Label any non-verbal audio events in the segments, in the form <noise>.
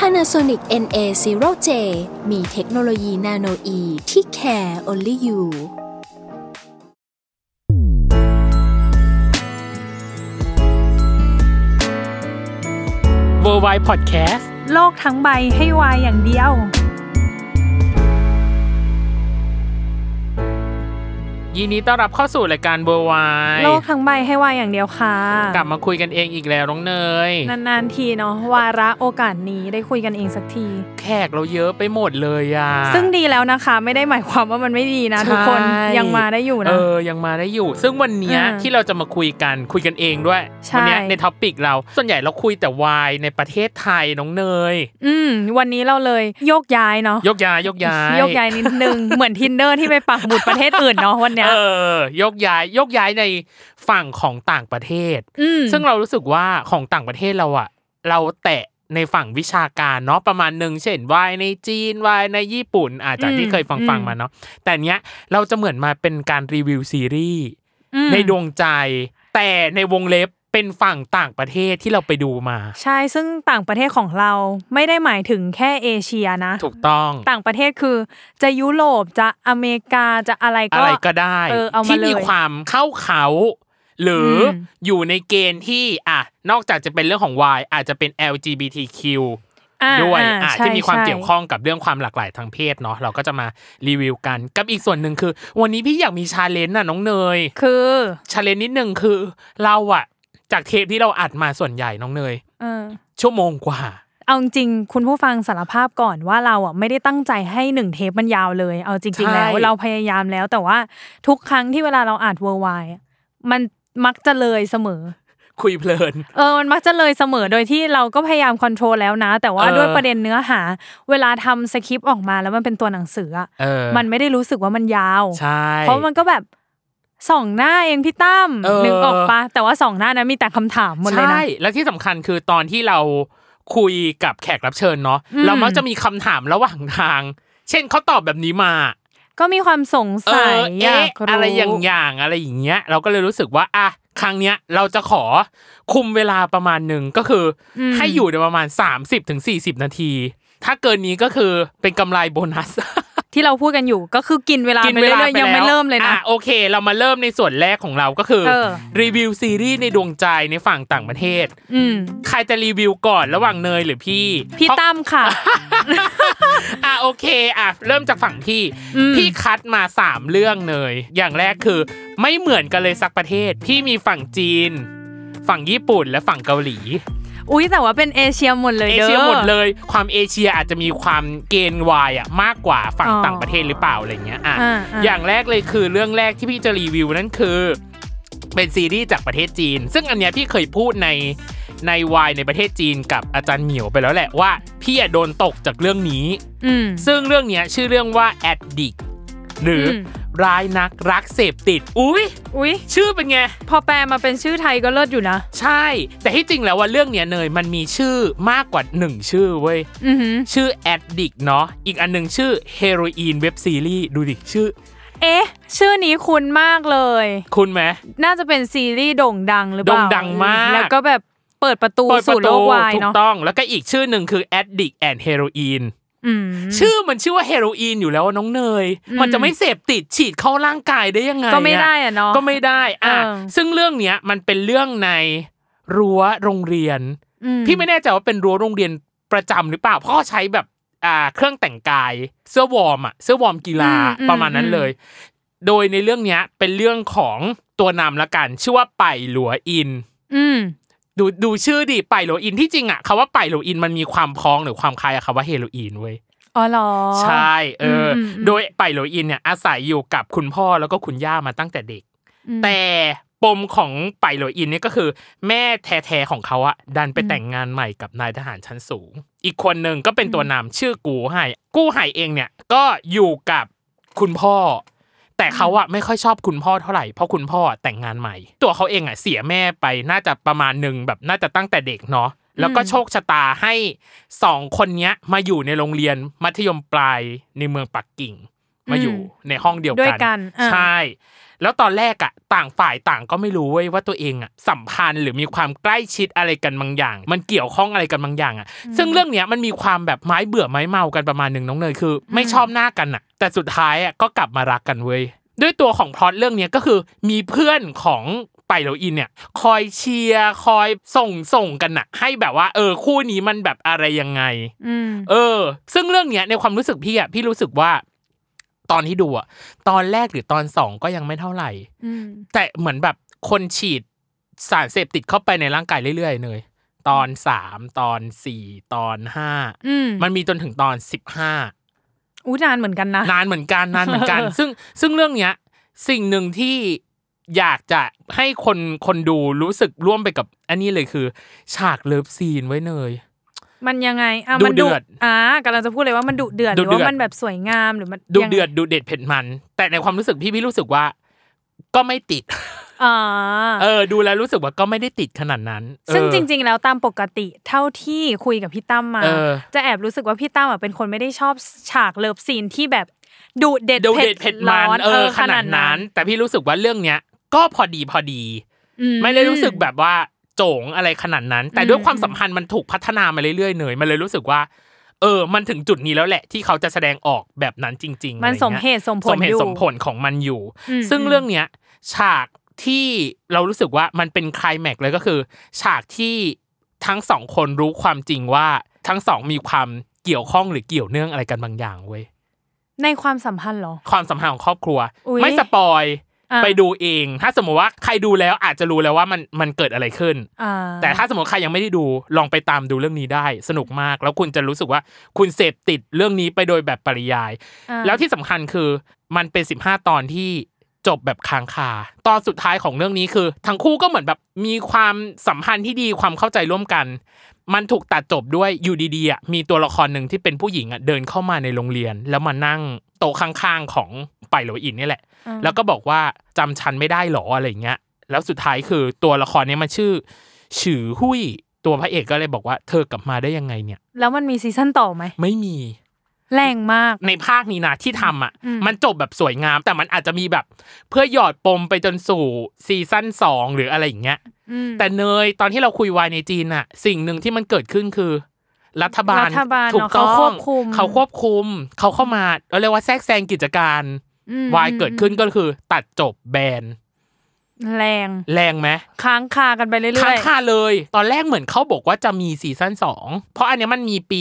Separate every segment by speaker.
Speaker 1: Panasonic NA0J มีเทคโนโลยีนาโนอีที่ care only you
Speaker 2: เวอร์ไวพอดแคสต์
Speaker 3: โลกทั้งใบให้วายอย่างเดียว
Speaker 2: ยินดีต้อนรับเข้าสู่รายการเวอร์ไว
Speaker 3: โลกทั้งใบให้วายอย่างเดียวค่ะ
Speaker 2: กลับมาคุยกันเองอีกแล้วน้องเนย
Speaker 3: นานๆทีเนาะวาระโอกาสนี้ได้คุยกันเองสักที
Speaker 2: แขกเราเยอะไปหมดเลยอ่ะ
Speaker 3: ซึ่งดีแล้วนะคะ ไม่ได้หมายความว่ามันไม่ดีนะ
Speaker 2: ใช่
Speaker 3: ทุกคนยังมาได้อยู่
Speaker 2: เอ
Speaker 3: นะ
Speaker 2: อยังมาได้อยู่ ซึ่งวันเนี้ย
Speaker 3: อ่า
Speaker 2: ที่เราจะมาคุยกันคุยกันเองด้วย
Speaker 3: ใช่
Speaker 2: วัเนี้ยในท็อปิกเราส่วนใหญ่เราคุยแต่วายในประเทศไทยน้องเนย
Speaker 3: อืม วันนี้เราเลยโยกย้ายเนาะ
Speaker 2: ยกย้ายยกย้าย
Speaker 3: โยกย้ายนิดนึ
Speaker 2: <laughs>
Speaker 3: ง เหมือนทินเดอร์ที่ไปปักหมุดประเทศอื่นเนาะวันเนี้ย
Speaker 2: เออยกย้ายยกย้ายในฝั่งของต่างประเทศ
Speaker 3: อืม
Speaker 2: ซึ่งเรารู้สึกว่าของต่างประเทศเราอะเราแตะในฝั่งวิชาการเนาะประมาณหนึ่งเช่นวายในจีนวายในญี่ปุ่นอาจจากที่เคยฟังฟังๆมาเนาะแต่เนี้ยเราจะเหมือนมาเป็นการรีวิวซีรีส์
Speaker 3: อืม
Speaker 2: ในดวงใจ แต่ในวงเล็บเป็นฝั่งต่างประเทศที่เราไปดูมา
Speaker 3: ใช่ซึ่งต่างประเทศของเราไม่ได้หมายถึงแค่เอเชียนะ
Speaker 2: ถูกต้อง
Speaker 3: ต่างประเทศคือจะยุโรปจะอเมริกาจะอะไรก็
Speaker 2: อะไรก็ได้
Speaker 3: เออเอามา
Speaker 2: ที่มี
Speaker 3: เลย
Speaker 2: ความเข้าเขา หรืออ
Speaker 3: ม
Speaker 2: อยู่ในเกณฑ์ที่อ่ะนอกจากจะเป็นเรื่องของวายอาจจะเป็น LGBTQ
Speaker 3: อ่า
Speaker 2: ด้วย
Speaker 3: อ่า
Speaker 2: อ่ะ
Speaker 3: ใช่
Speaker 2: ที่มีความ
Speaker 3: ใช่
Speaker 2: เกี่ยวข้องกับเรื่องความหลากหลายทางเพศเนาะเราก็จะมารีวิวกันกับอีกส่วนหนึ่งคือ วันนี้พี่อยากมีชาเลนจ์น่ะน้องเนย
Speaker 3: คือ
Speaker 2: ชาเลนจ์นิดนึงคือ เราอะจากเทปที่เราอัดมาส่วนใหญ่น้องเนย
Speaker 3: เออ
Speaker 2: ชั่วโมงกว่า
Speaker 3: เอาจริงๆคุณผู้ฟังสารภาพก่อนว่าเราอ่ะไม่ได้ตั้งใจให้หนึ่งเทปมันยาวเลย เอาจริง ๆ แล้ว
Speaker 2: ใช่
Speaker 3: เราพยายามแล้วแต่ว่าทุกครั้งที่เวลาเราอ่านเวอร์ไวมันมักจะเลยเสมอ
Speaker 2: คุยเพลิน
Speaker 3: เออมันมักจะเลยเสมอโดยที่เราก็พยายามคอนโทรลแล้วนะ แต่ว่า
Speaker 2: เออ
Speaker 3: ด้วยประเด็นเนื้อหา เวลาทำสคริปต์ออกมาแล้วมันเป็นตัวหนังสืออะ
Speaker 2: เออ
Speaker 3: มันไม่ได้รู้สึกว่ามันยาว
Speaker 2: ใช่
Speaker 3: เพราะมันก็แบบสองหน้าเองพี่ตั้มนึกออกปะแต่ว่าสองหน้านั้นมีแต่คำถามหมดเลยนะ
Speaker 2: ใช่แล้วที่สำคัญคือตอนที่เราคุยกับแขกรับเชิญเนาะ
Speaker 3: อืม
Speaker 2: เรามักจะมีคำถามระหว่างทาง เช่นเขาตอบแบบนี้มา
Speaker 3: ก็มีความสงสัย
Speaker 2: เออ
Speaker 3: อยา
Speaker 2: เอ๊ะ
Speaker 3: กรู้
Speaker 2: อะไรอย่างอย่างอะไรอย่างเงี้ย เราก็เลยรู้สึกว่าอ่ะครั้งเนี้ยเราจะขอคุมเวลาประมาณหนึ่งก็คืออ
Speaker 3: ม
Speaker 2: ให้อยู่ในประมาณ 30-40ถึง40 นาที ถ้าเกินนี้ก็คือเป็นกำไรโบนัส
Speaker 3: ที่เราพูดกันอยู่ก็คือกินเวลา
Speaker 2: กิน
Speaker 3: ไป
Speaker 2: เว
Speaker 3: เรื่
Speaker 2: ลา
Speaker 3: อย
Speaker 2: ไป
Speaker 3: ๆยังไม่
Speaker 2: แล้ว
Speaker 3: เริ่มเลยนะ
Speaker 2: อ่โอเค เรามาเริ่มในส่วนแรกของเราก็คือ
Speaker 3: เออ
Speaker 2: รีวิวซีรีส์ในดวงใจในฝั่งต่างประเทศ
Speaker 3: อืม
Speaker 2: ใครจะรีวิวก่อนระหว่างเนยหรือพี่
Speaker 3: พี่
Speaker 2: เพราะ
Speaker 3: ตั้ม
Speaker 2: <laughs>
Speaker 3: ค่ะ
Speaker 2: อ่ะโอเคอ่ะเริ่มจากฝั่งพี่
Speaker 3: อืม
Speaker 2: พี่คัดมาสามเรื่องเลย อย่างแรกคือไม่เหมือนกันเลยสักประเทศ พี่มีฝั่งจีน ฝั่งญี่ปุ่นและฝั่งเกาหลี
Speaker 3: อุ้ยแต่ว่าเป็นเอเชียหมดเลย
Speaker 2: เอ
Speaker 3: ด้
Speaker 2: เชียหมดเลย ความเอเชียอาจจะมีความเกณฑ์วายอ่ะมากกว่าฝั่ง
Speaker 3: อ๋อ
Speaker 2: ต่างประเทศหรือเปล่าอะไรเงี้ยอ่ะ
Speaker 3: อ่าอ่า
Speaker 2: อย่างแรกเลยคือเรื่องแรกที่พี่จะรีวิวนั่นคือ เป็นซีรีส์จากประเทศจีน ซึ่งอันเนี้ยพี่เคยพูดในในวายในประเทศจีนกับอาจารย์เหมียวไปแล้วแหละว่าพี่อะโดนตกจากเรื่องนี้
Speaker 3: อืม
Speaker 2: ซึ่งเรื่องเนี้ยชื่อเรื่องว่า Addict หรืออ
Speaker 3: ม
Speaker 2: ร้ายนักรักเสพติด อุ้ย
Speaker 3: อุ้ย
Speaker 2: ชื่อเป็นไง
Speaker 3: พอแปลมาเป็นชื่อไทยก็เลิศอยู่นะ
Speaker 2: ใช่ แต่ที่จริงแล้วว่าเรื่องเนี้ยเนยมันมีชื่อมากกว่า 1 ชื่อเว้ย
Speaker 3: อือหือ
Speaker 2: ชื่อ Addict เนาะอีกอันหนึงชื่อ Heroin Web Series ดูดิ ชื่อ
Speaker 3: เอ๊ะ ชื่อนี้คุ้นมากเลย
Speaker 2: คุณไหม
Speaker 3: น่าจะเป็นซีรีส์โด่งดังหรือเปล่า
Speaker 2: โด่งดังมาก
Speaker 3: แล้วก็แบบเปิดประตู
Speaker 2: เปิดป
Speaker 3: สู่
Speaker 2: ระ
Speaker 3: โล
Speaker 2: ตู
Speaker 3: กวาย
Speaker 2: ถูก
Speaker 3: เนาะ
Speaker 2: ต้อง แล้วก็อีกชื่อหนึ่งคือ Addict and Heroin
Speaker 3: อืม
Speaker 2: ชื่อมันชื่อว่าเฮโรอีนอยู่แล้วอะน้องเนย
Speaker 3: อืม
Speaker 2: มันจะไม่เสพติดฉีดเข้าร่างกายได้ยังไง
Speaker 3: ก็ไม่
Speaker 2: อะ
Speaker 3: ได้อ่ะเนาะ
Speaker 2: ก็ไม่ได้ อ่ะ
Speaker 3: เออ
Speaker 2: ซึ่งเรื่องเนี้ยมันเป็นเรื่องในรั้วโรงเรียน
Speaker 3: อืม
Speaker 2: พี่ไม่แน่ใจว่าเป็นรั้วโรงเรียนประจำหรือเปล่า เพราะเขาใช้แบบ อ่า เครื่องแต่งกาย เสื้อวอร์มอ่ะ เสื้อวอร์มกีฬา
Speaker 3: อืมอืม
Speaker 2: ประมาณนั้น
Speaker 3: อืม
Speaker 2: เลย โดยในเรื่องเนี้ยเป็นเรื่องของตัวนำละกัน ชื่อว่าไปหลัวอิน
Speaker 3: อืม
Speaker 2: ดูดูชื่อดิไปหลัวอินที่จริงอ่ะคำว่าไปหลัวอินมันมีความพ้องหรือความคล้ายกับคำว่าเฮโรอีนเว้ย
Speaker 3: อ๋อเหรอ
Speaker 2: ใช่เอออ
Speaker 3: มอืม
Speaker 2: โดยไปหลัวอินเนี่ยอาศัยอยู่กับคุณพ่อแล้วก็คุณย่ามาตั้งแต่เด็ก
Speaker 3: อืม
Speaker 2: แต่ป ปมของไปหลวยอินเนี่ยก็คือ แม่แท้ๆของเขาอะดันไปแต่งงานใหม่กับนายทหารชั้นสูง อีกคนหนึ่งก็เป็นตัวนามชื่อกูไห่กู้ไห่เองเนี่ยก็อยู่กับคุณพ่อ แต่เขาอะไม่ค่อยชอบคุณพ่อเท่าไหร่เพราะคุณพ่อแต่งงานใหม่ ตัวเขาเองอะเสียแม่ไปน่าจะประมาณหนึ่งแบบน่าจะตั้งแต่เด็กเนาะแล้วก็โชคชะตาให้สองคนเนี้ยมาอยู่ในโรงเรียนมัธยมปลายในเมืองปักกิ่ง มาอยู่ในห้องเดียว
Speaker 3: ด้ว
Speaker 2: กั
Speaker 3: ยกันอ่า
Speaker 2: ใช่ แล้วตอนแรกอะต่างฝ่ายต่างก็ไม่รู้เว้ยว่าตัวเองอะสัมพันธ์หรือมีความใกล้ชิดอะไรกันบางอย่าง มันเกี่ยวข้องอะไรกันบางอย่างอะซึ่งเรื่องเนี้ยมันมีความแบบไม้เบื่อไม้เมากันประมาณหนึ่งน้องเนยคือ ไม่ชอบหน้ากันอะแต่สุดท้ายอะก็กลับมารักกันเว้ยด้วยตัวของพล็อตเรื่องเนี้ยก็คือมีเพื่อนของไปเหลาอินเนี่ย คอยเชียร์คอยส่งส่งกันอะให้แบบว่า เออคู่นี้มันแบบอะไรยังไง
Speaker 3: อืม
Speaker 2: เออ ซึ่งเรื่องเนี้ยในความรู้สึกพี่อะพี่รู้สึกว่า ตอนที่ดูอะตอนแรกหรือตอนสองก็ยังไม่เท่าไหร่
Speaker 3: อืม
Speaker 2: แต่เหมือนแบบคนฉีดสารเสพติดเข้าไปในร่างกายเรื่อยๆเลยตอนสามตอนสี่ตอนห้า
Speaker 3: อืม
Speaker 2: มันมีจนถึงตอนสิบห้า
Speaker 3: อู้นานเหมือนกันนะ
Speaker 2: นานเหมือนกันนานเหมือน
Speaker 3: <laughs>
Speaker 2: กัน
Speaker 3: เออ
Speaker 2: ซึ่งซึ่งเรื่องเนี้ย สิ่งหนึ่งที่อยากจะให้คนคนดูรู้สึกร่วมไปกับ อันนี้เลยคือ ฉากเลิฟซีนไว้เนย
Speaker 3: มันยังไงอ่ะ
Speaker 2: ดุ
Speaker 3: มัน
Speaker 2: เดือด
Speaker 3: อ่ากำลังจะพูดเลยว่ามันดุเดือดห
Speaker 2: ดุ
Speaker 3: รือ
Speaker 2: เดือด
Speaker 3: ว่ามันแบบสวยงามหรือมัน
Speaker 2: ดู
Speaker 3: ยังไง
Speaker 2: เดือดดูเด็ดเผ็ดมัน แต่ในความรู้สึกพี่พี่รู้สึกว่า ก็ไม่ติด
Speaker 3: อ่า
Speaker 2: เออ ดูแล้วรู้สึกว่าก็ไม่ได้ติดขนาดนั้นเออ
Speaker 3: ซึ่งจริง ๆ แล้วตามปกติเท่าที่คุยกับพี่ตั้มมา
Speaker 2: เออ
Speaker 3: จะแอบรู้สึกว่าพี่ตั้มอ่ะเป็นคนไม่ได้ชอบฉากเลิฟซีนที่แบบดุเด็ด
Speaker 2: ดูเด็ดเผ็ดมัน
Speaker 3: ร้
Speaker 2: เออขนาดนั้น แต่พี่รู้สึกว่าเรื่องเนี้ย ก็พอดีพอดี
Speaker 3: อื
Speaker 2: ไม่ได้รู้สึกแบบว่าโจงอะไรขนาดนั้น แต่ด้วยความสัมพันธ์มันถูกพัฒนามาเรื่อยๆเนยมันเลยรู้สึกว่า เออ มันถึงจุดนี้แล้วแหละ ที่เขาจะแสดงออกแบบนั้นจริงๆ
Speaker 3: มัน
Speaker 2: อะไร
Speaker 3: ส
Speaker 2: งี้ย
Speaker 3: มเหตุสมผ
Speaker 2: ส
Speaker 3: ล
Speaker 2: มเห
Speaker 3: อ
Speaker 2: ตุ
Speaker 3: ยู่
Speaker 2: สมผลของมันอยู่
Speaker 3: อืม
Speaker 2: ซึ่งเรื่องเนี้ยฉากที่เรารู้สึกว่ามันเป็นไคลแม็กซ์เลยก็คือ ฉากที่ทั้งสองคนรู้ความจริงว่าทั้งสองมีความเกี่ยวข้องหรือเกี่ยวเนื่องอะไรกันบางอย่างเว้ย
Speaker 3: ในความสัมพันธ์เหรอ
Speaker 2: ความสัมพันธ์ของครอบครัว
Speaker 3: อุ๊ย
Speaker 2: ไม่สปอย
Speaker 3: อ่ะ
Speaker 2: ไปดูเอง ถ้าสมมติว่าใครดูแล้วอาจจะรู้แล้วว่ามันมันเกิดอะไรขึ้น
Speaker 3: อ่า
Speaker 2: แต่ถ้าสมมติใครยังไม่ได้ดูลองไปตามดูเรื่องนี้ได้ สนุกมาก แล้วคุณจะรู้สึกว่าคุณเสพติดเรื่องนี้ไปโดยแบบปริยาย
Speaker 3: อ่า
Speaker 2: แล้วที่สำคัญคือมันเป็น 15 ตอนที่จบแบบค้างคา ตอนสุดท้ายของเรื่องนี้คือ ทั้งคู่ก็เหมือนแบบมีความสัมพันธ์ที่ดีความเข้าใจร่วมกัน มันถูกตัดจบด้วยอยู่ดีๆอ่ะมีตัวละครหนึ่งที่เป็นผู้หญิงอ่ะเดินเข้ามาในโรงเรียน แล้วมานั่งโต๊ะข้างๆของไปหลวอินนี่แหละ
Speaker 3: อ่า
Speaker 2: แล้วก็บอกว่าจำฉันไม่ได้หรออะไรเงี้ย แล้วสุดท้ายคือตัวละครเนี้มันชื่อฉือหุยตัวพระเอกก็เลยบอกว่าเธอกลับมาได้ยังไงเนี่ย
Speaker 3: แล้วมันมีซีซั่นต่อไหม
Speaker 2: ไม่มี
Speaker 3: แรงมาก
Speaker 2: ในภาคนี้นะที่ทำอ่ะ
Speaker 3: อืม
Speaker 2: มันจบแบบสวยงาม แต่มันอาจจะมีแบบ เพื่อหยอดปมไปจนสู่ซีซั่นสองหรืออะไรอย่างเงี้ย
Speaker 3: อืม
Speaker 2: แต่เนยตอนที่เราคุยวายในจีนอ่ะ สิ่งหนึ่งที่มันเกิดขึ้นคือ รัฐบาล
Speaker 3: รัฐบาล
Speaker 2: ถูกต้อง
Speaker 3: เนอะเขาควบคุม
Speaker 2: เขาควบคุม เขาเข้ามาเราเรียกว่าแทรกแซงกิจการ
Speaker 3: อืม
Speaker 2: วายเกิดขึ้นก็คือตัดจบแบน
Speaker 3: แรง
Speaker 2: แรงไหม
Speaker 3: ค้างคากันไปเรื่
Speaker 2: ค้าง
Speaker 3: อย
Speaker 2: คาเลย ตอนแรกเหมือนเขาบอกว่าจะมีซีซั่นสอง เพราะอันเนี้ยมันมีปี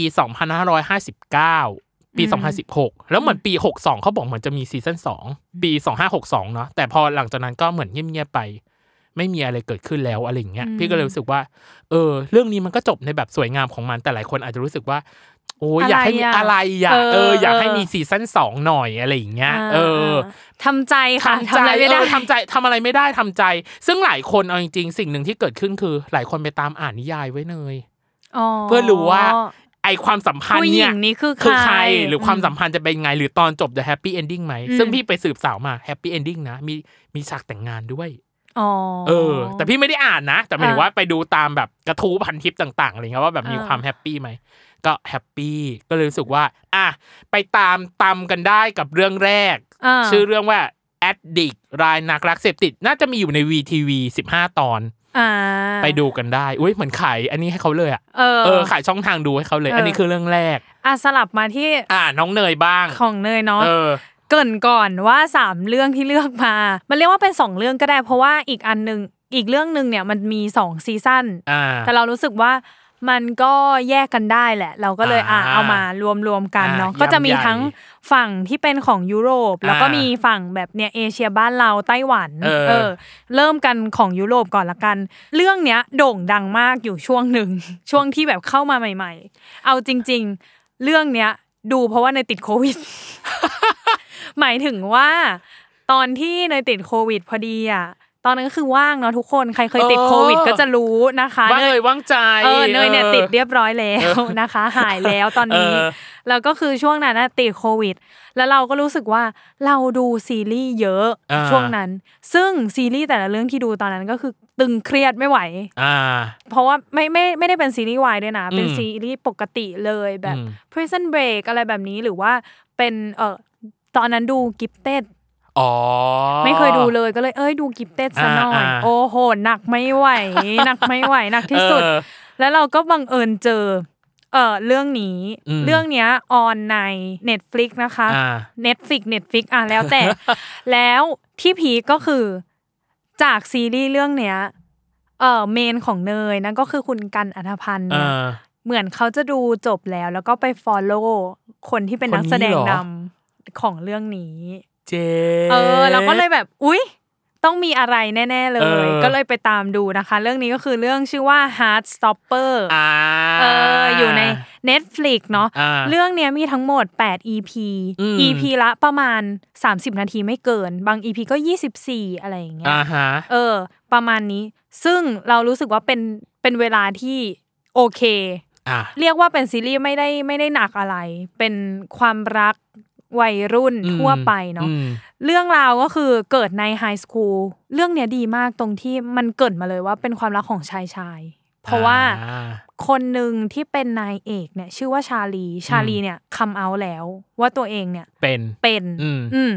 Speaker 2: 2559 ปี 2016 แล้วเหมือนปี 62 เขาบอกเหมือนจะมีซีซั่นสองปี 2562 เนาะ แต่พอหลังจากนั้นก็เหมือนเงียบๆไป ไม่มีอะไรเกิดขึ้นแล้วอะไรอย่างเงี้ย พี่ก็เลยรู้สึกว่า เออ เรื่องนี้มันก็จบในแบบสวยงามของมัน แต่หลายคนอาจจะรู้สึกว่า โอ้ยอยากให้มีอะไรอยากเออ อยากให้มีซีซั่นสองหน่อยอะไรอย่างเงี้
Speaker 3: ๆ
Speaker 2: ย
Speaker 3: อ่า
Speaker 2: เออ
Speaker 3: ทำใจค่ะ
Speaker 2: ทำ
Speaker 3: ทำ
Speaker 2: ใจ
Speaker 3: อะไรไม่ได้
Speaker 2: เออทำใจทำอะไรไม่ได้ทำใจ ซึ่งหลายคนเอาจริงๆ สิ่งหนึ่งที่เกิดขึ้นคือ หลายคนไปตามอ่านนิยายไว้เนย เพื่อรู้ว่า ไอความสัมพันธ์
Speaker 3: ผู้หญิ
Speaker 2: เนี่ย
Speaker 3: งนี่คือ
Speaker 2: คือใคร
Speaker 3: ใคร
Speaker 2: หรือความ
Speaker 3: อืม
Speaker 2: สัมพันธ์จะเป็นไง หรือตอนจบจะแฮปปี้เอนดิ้งไหม
Speaker 3: อืม
Speaker 2: ซึ่งพี่ไปสืบสาวมาแฮปปี้เอนดิ้งนะมีมีฉากแต่งงานด้วย
Speaker 3: อ๋อ
Speaker 2: เออ แต่พี่ไม่ได้อ่านนะ แต่หมายถึง
Speaker 3: อ่า
Speaker 2: ว่าไปดูตามแบบกระทู้พันทิปต่างๆอะไรเงี้ยว่าแบบมีความแฮปปี้ไหม ก็แฮปปี้ก็เลยรู้สึกว่า อ่ะไปตามตามกันได้กับเรื่องแรก
Speaker 3: า
Speaker 2: ชื่อเรื่องว่า Addict รายนักรักเสพติด น่าจะมีอยู่ใน VTV 15 ตอน
Speaker 3: อ่า
Speaker 2: ไปดูกันได้ อุ้ยเหมือนขายอันนี้ให้เขาเลยอ่ะ
Speaker 3: เออ
Speaker 2: เออขายช่องทางดูให้เขาเลย
Speaker 3: เอออั
Speaker 2: อันนี้คือเรื่องแรก
Speaker 3: อ่ะสลับมาที่
Speaker 2: อ่าน้องเนยบ้าง
Speaker 3: ของเนยเนาะ
Speaker 2: เออ
Speaker 3: เกรินก่อนว่าสามเรื่องที่เลือกมา มันเรียกว่าเป็นสองเรื่องก็ได้ เพราะว่าอีกอันหนึ่งอีกเรื่องหนึ่งเนี่ยมันมีสองซีซั่น
Speaker 2: อ่า
Speaker 3: แต่เรารู้สึกว่ามันก็แยกกันได้แหละ เราก็เลยอ่ะ
Speaker 2: อ่า
Speaker 3: เอามารวมรวมๆกันเนาะ
Speaker 2: อ่ะ
Speaker 3: ก็จะมี
Speaker 2: ยำใหญ่
Speaker 3: ทั้งฝั่งที่เป็นของยุโรป แล้วก็
Speaker 2: อ่ามี
Speaker 3: มีฝั่งแบบเนี่ยเอเชียบ้านเราไต้หวัน
Speaker 2: เออ
Speaker 3: เริ่มกันของยุโรปก่อนละกัน เรื่องเนี้ยโด่งดังมากอยู่ช่วงหนึ่ง <laughs> ช่วงที่แบบเข้ามาใหม่ ๆ เอาจริง ๆ เรื่องเนี้ยดูเพราะว่าในติดโควิด <laughs> หมายถึงว่า ตอนที่เนยติดโควิดพอดีอ่ะ ตอนนั้นก็คือว่างเนาะทุกคนใครเคยติด
Speaker 2: เออ
Speaker 3: โควิดก็จะรู้นะคะ
Speaker 2: ว่างเลยว่างใจ
Speaker 3: เออเนยเนี่ยติดเรียบร้อยแล้วนะคะ หายแล้วตอนนี้
Speaker 2: เออ
Speaker 3: แล้วก็คือช่วงนั้นนะติดโควิด แล้วเราก็รู้สึกว่าเราดูซีรีส์เยอะ
Speaker 2: อ่า
Speaker 3: ช่วงนั้น ซึ่งซีรีส์แต่ละเรื่องที่ดูตอนนั้นก็คือตึงเครียดไม่ไหว
Speaker 2: อ่า
Speaker 3: เพราะว่าไม่ไม่ไม่ได้เป็นซีรีส์วายด้วยนะ เป็น
Speaker 2: อืม
Speaker 3: ซีรีส์ปกติเลยแบบ
Speaker 2: อืม
Speaker 3: Prison Break อะไรแบบนี้หรือว่าเป็นเออตอนนั้นดูกิฟเต็ด
Speaker 2: อ๋อ
Speaker 3: ไม่เคยดูเลยก็เลยเอ้ยดูกิฟเต็ดซะหน่อย
Speaker 2: อ่าอ่า
Speaker 3: โอ้โหหนักไม่ไหว หนักไม่ไหวหนักที่สุด
Speaker 2: เออ
Speaker 3: แล้วเราก็บังเอิญเจอเออเรื่องนี้
Speaker 2: อืม
Speaker 3: เรื่องเนี้ยออนใน Netflix นะคะ
Speaker 2: อ่า
Speaker 3: Netflix Netflix อ่ะแล้วแต่ <laughs> แล้วที่พีคก็คือจากซีรีส์เรื่องเนี้ยเออเมนของเนยนั่นก็คือคุณกันอัธพันธ์
Speaker 2: เอ
Speaker 3: เนี่ย
Speaker 2: อ
Speaker 3: เหมือนเขาจะดูจบแล้ว แล้วก็ไป follow คนที่เป็นนักแสดง
Speaker 2: คนนี้เหรอ
Speaker 3: นำของเรื่องนี้
Speaker 2: เจ๊
Speaker 3: เออเราก็เลยแบบ อุ๊ย ต้องมีอะไรแน่ ๆ เลย ก็เลยไปตามดูนะคะ เรื่องนี้ก็คือเรื่องชื่อว่า Heartstopper
Speaker 2: อ่า
Speaker 3: เอออยู่ใน Netflix เนาะ
Speaker 2: า
Speaker 3: เรื่องเนี้ยมีทั้งหมด 8 EP
Speaker 2: อืม
Speaker 3: EP ละประมาณ 30 นาทีไม่เกิน บาง EP ก็ 24 อะไรอย่างเงี้ย
Speaker 2: อ่าฮะ
Speaker 3: เออ ประมาณนี้ ซึ่งเรารู้สึกว่าเป็น เป็นเวลาที่โอเค
Speaker 2: อ่า
Speaker 3: เรียกว่าเป็นซีรีส์ไม่ได้ไม่ได้หนักอะไร เป็นความรักวัยรุ่น
Speaker 2: อืม
Speaker 3: ทั่วไปเนาะ
Speaker 2: อืม
Speaker 3: เรื่องราวก็คือเกิดในไฮสคูล เรื่องเนี้ยดีมากตรงที่มันเกิดมาเลยว่าเป็นความรักของชายชาย เพราะว่า
Speaker 2: อ่า
Speaker 3: คนหนึ่งที่เป็นนายเอกเนี่ยชื่อว่าชาลี ชาลีเนี่ยคัมเอาแล้ว ว่าตัวเองเนี่ย
Speaker 2: เป็น
Speaker 3: เป็น
Speaker 2: อืม
Speaker 3: อืม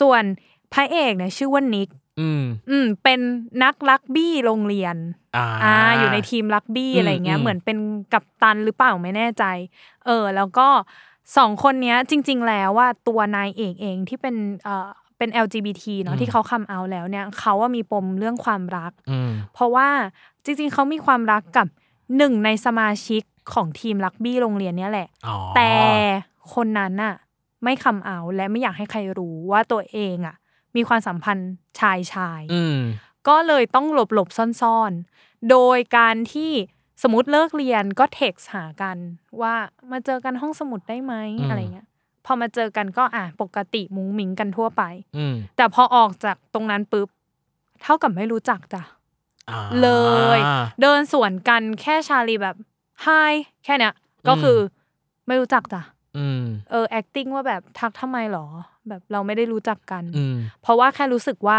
Speaker 3: ส่วนพระเอกเนี่ยชื่อว่านิก
Speaker 2: อืม
Speaker 3: อืม เป็นนักรักบี้โรงเรียน
Speaker 2: อ่า
Speaker 3: อ่าอยู่ในทีมรักบี้
Speaker 2: อืม
Speaker 3: อะไรเงี้ย
Speaker 2: อืม
Speaker 3: เหมือนเป็นกัปตันหรือเปล่าไม่แน่ใจ เออ แล้วก็สองคนเนี้ยจริง ๆ แล้วว่าตัวนายเอกเองที่เป็นเอ่อเป็น LGBT เนาะที่เขาคัมเอาแล้วเนี่ยเขาว่ามีปมเรื่องความรัก
Speaker 2: อืม
Speaker 3: เพราะว่าจริง ๆเขามีความรักกับหนึ่งในสมาชิกของทีมรักบี้โรงเรียนเนี่ยแหละ
Speaker 2: อ๋อ
Speaker 3: แต่คนนั้นน่ะไม่คัมเอาและไม่อยากให้ใครรู้ว่าตัวเองอ่ะมีความสัมพันธ์ชายชายๆ
Speaker 2: อืม
Speaker 3: ก็เลยต้องหลบหลบๆซ่อนๆ โดยการที่สมมติเลิกเรียนก็เท็กซ์หากันว่ามาเจอกันห้องสมุดได้ไหม
Speaker 2: อืม
Speaker 3: อะไรเงี้ย พอมาเจอกันก็อ่ะปกติมุ้งมิงกันทั่วไป
Speaker 2: อืม
Speaker 3: แต่พอออกจากตรงนั้นปุ๊บ เท่ากับไม่รู้จักจ้ะ
Speaker 2: อ่า
Speaker 3: เลย เดินสวนกันแค่ชาลีแบบ Hi แค่เนี้ยก็คือไม่รู้จักจ้ะ
Speaker 2: อืม
Speaker 3: เออ acting ว่าแบบทักทำไมหรอ แบบเราไม่ได้รู้จักกัน
Speaker 2: อืม
Speaker 3: เพราะว่าแค่รู้สึกว่า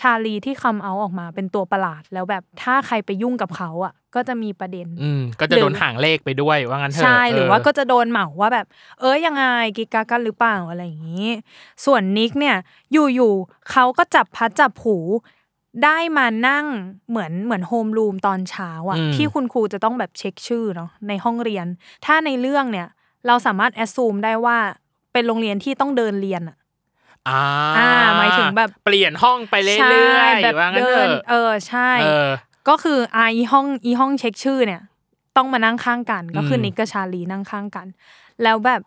Speaker 3: ชาลีที่คัมเอาออกมาเป็นตัวประหลาด แล้วแบบถ้าใครไปยุ่งกับเขาอ่ะ ก็จะมีประเด็น
Speaker 2: อืม ก็จะ
Speaker 3: หรือ
Speaker 2: โดนห่างเลขไปด้วยว่างั้นเถอะ
Speaker 3: ใช่หรือ
Speaker 2: เ
Speaker 3: ว่าก็จะโดนเหมาว่าแบบ เอ้ยยังไงกิกกากันหรือเปล่าอะไรอย่างนี้ ส่วนนิกเนี่ยอยู่ๆเขาก็จับพัดจับผูได้มานั่งเหมือนเหมือนโฮมรูมตอนเช้าอ่ะ
Speaker 2: อืม
Speaker 3: ที่คุณครูจะต้องแบบเช็คชื่อเนาะในห้องเรียน ถ้าในเรื่องเนี่ยเราสามารถแอ s ซูมได้ว่าเป็นโรงเรียนที่ต้องเดินเรียนอ่ะ
Speaker 2: อ่า
Speaker 3: อ่าหมายถึงแบบ
Speaker 2: เปลี่ยนห้องไปเรื่อย
Speaker 3: ใช่แบบ
Speaker 2: ๆว่างั้น
Speaker 3: เดิ
Speaker 2: เถ
Speaker 3: น
Speaker 2: อะ
Speaker 3: เออใช่
Speaker 2: เออ
Speaker 3: ก็คืออ่ะอีห้องอีห้องเช็คชื่อเนี่ย ต้องมานั่งข้างกัน ก็คืออ
Speaker 2: ม
Speaker 3: นิกกับชาลีนั่งข้างกัน แล้วแบบ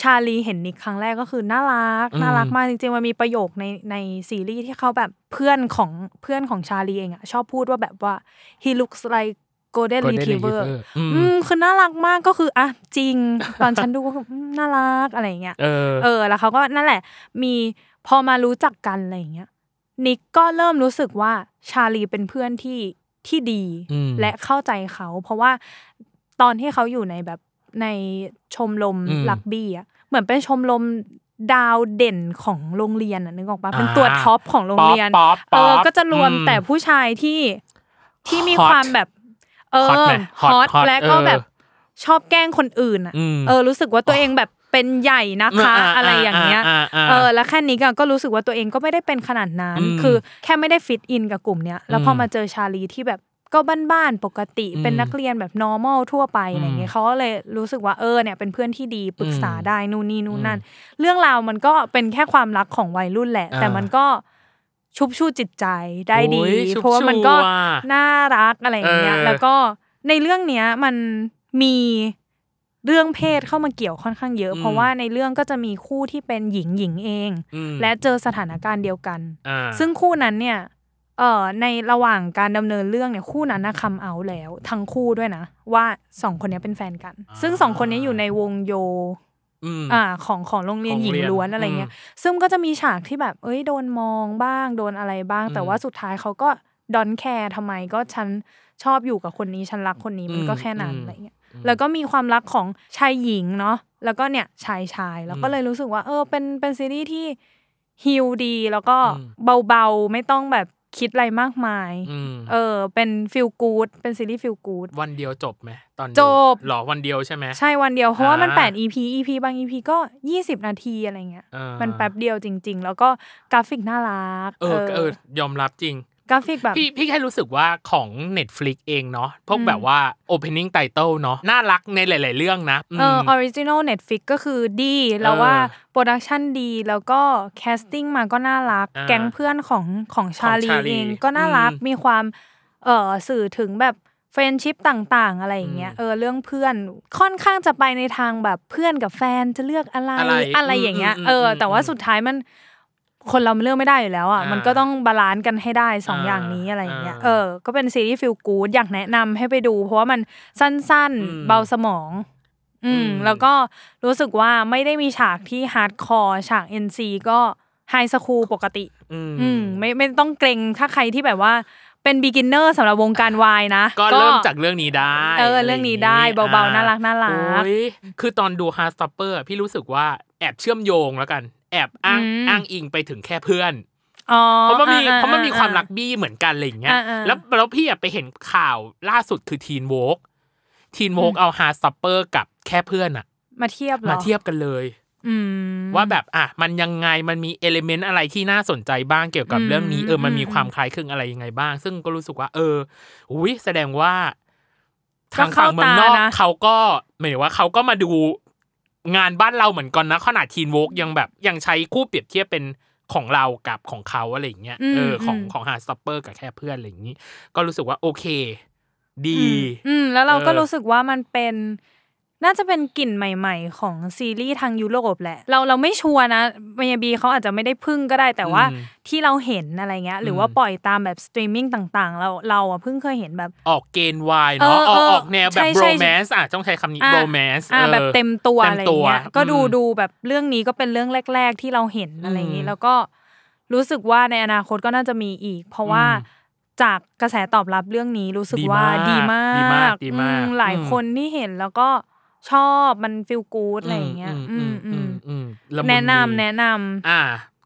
Speaker 3: ชาลีเห็นนิกครั้งแรกก็คือน่ารัก
Speaker 2: อืม
Speaker 3: น่ารักมากจริงๆมันมีประโยคในในซีรีส์ที่เขาแบบเพื่อนของเพื่อนของชาลีเองอะชอบพูดว่าแบบว่า he looks like golden
Speaker 2: Golden
Speaker 3: retriever
Speaker 2: Retriever อืม
Speaker 3: อืมคือน่ารักมากก็คืออ่ะจริง ตอนฉันดูก็คืออืมน่ารักอะไรอย่างเงี้ย
Speaker 2: เออ
Speaker 3: เออ แล้วเขาก็นั่นแหละ มีพอมารู้จักกันอะไรอย่างเงี้ยนิกก็เริ่มรู้สึกว่าชาลีเป็นเพื่อนที่ที่ดี
Speaker 2: อืม
Speaker 3: และเข้าใจเขา เพราะว่าตอนที่เขาอยู่ในแบบในชมรม
Speaker 2: อืม
Speaker 3: ลักบี้อ่ะเหมือนเป็นชมรมดาวเด่นของโรงเรียนอ่ะนึกออกปะ
Speaker 2: อ่า
Speaker 3: เป็นตัวท็อปของโรงเรียน
Speaker 2: ป๊อป
Speaker 3: เอ
Speaker 2: ป๊อป
Speaker 3: อ
Speaker 2: ป๊อป
Speaker 3: ก็จะรวม
Speaker 2: อื
Speaker 3: แต่ผู้ชายที่ที่มี
Speaker 2: Hot
Speaker 3: ความแบบเออ
Speaker 2: Hot ไหม Hot
Speaker 3: Hot
Speaker 2: Hot
Speaker 3: และก็
Speaker 2: เออ
Speaker 3: แบบชอบแกล้งคนอื่นอ่ะ
Speaker 2: อืม
Speaker 3: เออรู้สึกว่าตัวเองแบบเป็นใหญ่นะคะอะไรอย่างเงี้ย
Speaker 2: าาา
Speaker 3: เออแล้วแค่นี้ก็รู้สึกว่าตัวเองก็ไม่ได้เป็นขนาดนั้น
Speaker 2: อืม
Speaker 3: คือแค่ไม่ได้ฟิตอินกับกลุ่มเนี้ยแล้วพออ
Speaker 2: ม
Speaker 3: มาเจอชาลีที่แบบก็บ้านๆปกติ
Speaker 2: อืม
Speaker 3: เป็นนักเรียนแบบ normal ทั่วไป
Speaker 2: อืม
Speaker 3: อะไรเงี้ยเขาก็เลยรู้สึกว่าเออเนี่ยเป็นเพื่อนที่ดีปรึกษา
Speaker 2: อืม
Speaker 3: ได้นู่นนี่นู่นนั่นเรื่องราวมันก็เป็นแค่ความรักของวัยรุ่นแหละ
Speaker 2: อ่า
Speaker 3: แต่มันก็ชุบชูจิตใจได้ดี
Speaker 2: โอ้ยชุบ
Speaker 3: เพราะว่ามันก็
Speaker 2: ชูอ่ะ
Speaker 3: น่ารักอะไรอย่างเงี้ย
Speaker 2: เออ
Speaker 3: แล้วก็ในเรื่องเนี้ยมันมีเรื่องเพศเข้ามาเกี่ยวค่อนข้างเยอะ เพราะว่าในเรื่องก็จะมีคู่ที่เป็นหญิงหญิงเอง
Speaker 2: อืม
Speaker 3: และเจอสถานการณ์เดียวกัน
Speaker 2: อ่า
Speaker 3: ซึ่งคู่นั้นเนี่ย เอ่อ ในระหว่างการดำเนินเรื่องเนี่ยคู่นั้นนะคำเอาแล้ว ทั้งคู่ด้วยนะ ว่าสองคนเนี้ยเป็นแฟนกัน
Speaker 2: อ่า
Speaker 3: ซึ่งสองคนเนี้ยอยู่ในวงโย
Speaker 2: อืม
Speaker 3: อ่าของของโรงเรียน
Speaker 2: ของ
Speaker 3: หญิง
Speaker 2: เรียน
Speaker 3: ล้วนอะไรเงี้ย ซึ่งก็จะมีฉากที่แบบ เอ้ยโดนมองบ้างโดนอะไรบ้าง
Speaker 2: อืม
Speaker 3: แต่ว่าสุดท้ายเขาก็ดอนแคร์ทำไมก็ฉันชอบอยู่กับคนนี้ฉันรักคนนี้มัน
Speaker 2: อืม
Speaker 3: ก็แค่นั้น
Speaker 2: อืม
Speaker 3: อะไรเงี้ย
Speaker 2: อืม
Speaker 3: แล้วก็มีความรักของชายหญิงเนาะแล้วก็เนี่ยชายชายแล้วก็
Speaker 2: อืม
Speaker 3: เลยรู้สึกว่า เออเป็นเป็นซีรีส์ที่ฮิลดี แล้วก็
Speaker 2: อืม
Speaker 3: เบาๆไม่ต้องแบบคิดอะไรมากมาย
Speaker 2: อืม
Speaker 3: เออ เป็นฟิลกูดเป็นซีรีส์ฟิลกูด
Speaker 2: วันเดียวจบไหมตอนดู
Speaker 3: จบ
Speaker 2: หรอวันเดียวใช่ไหม
Speaker 3: ใช่วันเดียวเพราะว่ามัน
Speaker 2: อ่า
Speaker 3: 8 EP EP บาง EP ก็ 20 นาทีอะไรเงี้ย
Speaker 2: เออ
Speaker 3: มันแป๊บเดียวจริง ๆ แล้วก็กราฟิกน่ารัก
Speaker 2: เออเออยอมรับจริง
Speaker 3: กราฟิกแบบ
Speaker 2: พี่พี่แค่รู้สึกว่าของ Netflix เองเนาะพวก
Speaker 3: อืม
Speaker 2: แบบว่า opening title เนาะน่ารักในหลาย ๆ เรื่องนะม
Speaker 3: เออออริจินอลเน็ตฟิกก็คือดีแล้วว่าโปรดักชันดีแล้วก็แคสติ้งมาก็น่ารัก
Speaker 2: อ่า
Speaker 3: แก๊งเพื่อนของของชาลี
Speaker 2: ของชาลี
Speaker 3: เองก็น่ารัก
Speaker 2: อืม
Speaker 3: มีความเออสื่อถึงแบบเฟรนชิพต่างๆ อะไรอย่างเงี้ย
Speaker 2: อืม
Speaker 3: เออเรื่องเพื่อนค่อนข้างจะไปในทางแบบเพื่อนกับแฟนจะเลือกอะไร
Speaker 2: อะไร
Speaker 3: อะไรอย่างเงี้ย
Speaker 2: อืมอืม
Speaker 3: เอออ
Speaker 2: ม
Speaker 3: แต่ว่าสุดท้ายมันคนเรามันเลือกไม่ได้อยู่แล้วอ่ะ
Speaker 2: อ่ามั
Speaker 3: มันก็ต้องบาลานซ์กันให้ได้สอง
Speaker 2: อ่า
Speaker 3: อย่างนี้อะไรอย่างเงี้ย
Speaker 2: อ่า
Speaker 3: เออก็เป็นซีรีส์ฟิลกูดอยากแนะนำให้ไปดู เพราะว่ามันสั้น
Speaker 2: อืม
Speaker 3: ๆ เบาสมอง อื
Speaker 2: อื
Speaker 3: ม
Speaker 2: ม
Speaker 3: แล้วก็รู้สึกว่าไม่ได้มีฉากที่ฮาร์ดคอร์ฉาก NC ก็ไฮสคูลปกติ
Speaker 2: อืม
Speaker 3: อืมไม่ไม่ต้องเกรงถ้าใครที่แบบว่าเป็นบิ g กินเนอร์สำหรับวงการวายนะ
Speaker 2: ก็เริ่มจากเรื่องนี้ได้
Speaker 3: เออเรื่องนี้ได้
Speaker 2: อะ
Speaker 3: เบา
Speaker 2: อ่
Speaker 3: ๆน่ารักน่ารัก
Speaker 2: โอ้ยคือตอนดู Hard Stopper อะพี่รู้สึกว่าแอบเชื่อมโยงแล้วกัน แอบอ้าง
Speaker 3: อืม
Speaker 2: อ้างอิงไปถึงแค่เพื่อน
Speaker 3: อ๋อ
Speaker 2: เพราะมันมี
Speaker 3: อ่อ่
Speaker 2: เพราะมันมีความรักบี้เหมือนกันอะไรอย่างเงี้ย
Speaker 3: อ่าอ่า
Speaker 2: แล้วแล้วพี่อะไปเห็นข่าวล่าสุดคือทีนโวกทีนโวก
Speaker 3: อืม
Speaker 2: เอาฮาร์ดสเปอร์กับแค่เพื่อนอะ
Speaker 3: มาเทียบหรอ
Speaker 2: มาเทียบกันเลย
Speaker 3: อืม
Speaker 2: ว่าแบบอ่ะมันยังไงมันมีเอลิเมนต์อะไรที่น่าสนใจบ้างเกี่ยวกับ
Speaker 3: อืม
Speaker 2: เรื่องนี้เออมันมี
Speaker 3: อืม
Speaker 2: ความคล้ายคลึงอะไรยังไงบ้าง ซึ่งก็รู้สึกว่า เอออุ้ยแสดงว่า
Speaker 3: ก็
Speaker 2: ทางฝั่งเมืองนอก
Speaker 3: เข้าตานะ
Speaker 2: เขาก็หมายถึงว่าเขาก็มาดูงานบ้านเราเหมือนกันนะขนาดทีนโวกยังแบบยังใช้คู่เปรียบเทียบเป็นของเรากับของเขาอะไรอย่างเงี้ย
Speaker 3: อืม
Speaker 2: เออของ
Speaker 3: อืม
Speaker 2: ของฮาร์สตอปเปอร์กับแค่เพื่อนอะไรอย่างนี้ ก็รู้สึกว่าโอเค ดี
Speaker 3: อืมอืมแล้วเราก็
Speaker 2: เออ
Speaker 3: รู้สึกว่ามันเป็นน่าจะเป็นกลิ่นใหม่ ๆ ของซีรีส์ทางยุโรปแหละ เราเราไม่ชัวร์นะเมยบีเขาอาจจะไม่ได้พึ่งก็ได้แต่ว่า
Speaker 2: อืม
Speaker 3: ที่เราเห็นอะไรเงี้ยหรืออ
Speaker 2: ม
Speaker 3: ว่าปล่อยตามแบบสตรีมมิ่งต่างๆ เราเราอะเพิ่งเคยเห็นแบบ
Speaker 2: ออกเกณฑ์วายเนาะ
Speaker 3: เออ
Speaker 2: ออก
Speaker 3: เออ
Speaker 2: ออกแนวแบบ
Speaker 3: ใช่
Speaker 2: โร
Speaker 3: ใช่
Speaker 2: แมนส์อ่ะต้องใช้คำนี้
Speaker 3: อ่ะ
Speaker 2: โรแมนส์
Speaker 3: อ่ะแบบเต็มตัว
Speaker 2: เต็ม
Speaker 3: อะไรอย่างเงี้ย
Speaker 2: ตัว
Speaker 3: ก็ดู
Speaker 2: อืม
Speaker 3: ดูแบบเรื่องนี้ก็เป็นเรื่องแรก ๆ ที่เราเห็นอะไรอย่าง
Speaker 2: อื
Speaker 3: งี้
Speaker 2: ม
Speaker 3: แล้วก็รู้สึกว่าในอนาคตก็น่าจะมีอีก เพราะว่า
Speaker 2: อืม
Speaker 3: จากกระแสตอบรับเรื่องนี้รู้สึก
Speaker 2: ดี
Speaker 3: ว่าม
Speaker 2: าก
Speaker 3: ดีมาก
Speaker 2: ดีมากดีมาก
Speaker 3: อืหลาย
Speaker 2: อืม
Speaker 3: คนที่เห็นแล้วก็ชอบมันฟิลกู๊ดอะไรอย่างเงี้ยอืมอืม
Speaker 2: อืมละมุ
Speaker 3: แนะนำ
Speaker 2: ดี
Speaker 3: แนะนำ
Speaker 2: อ่า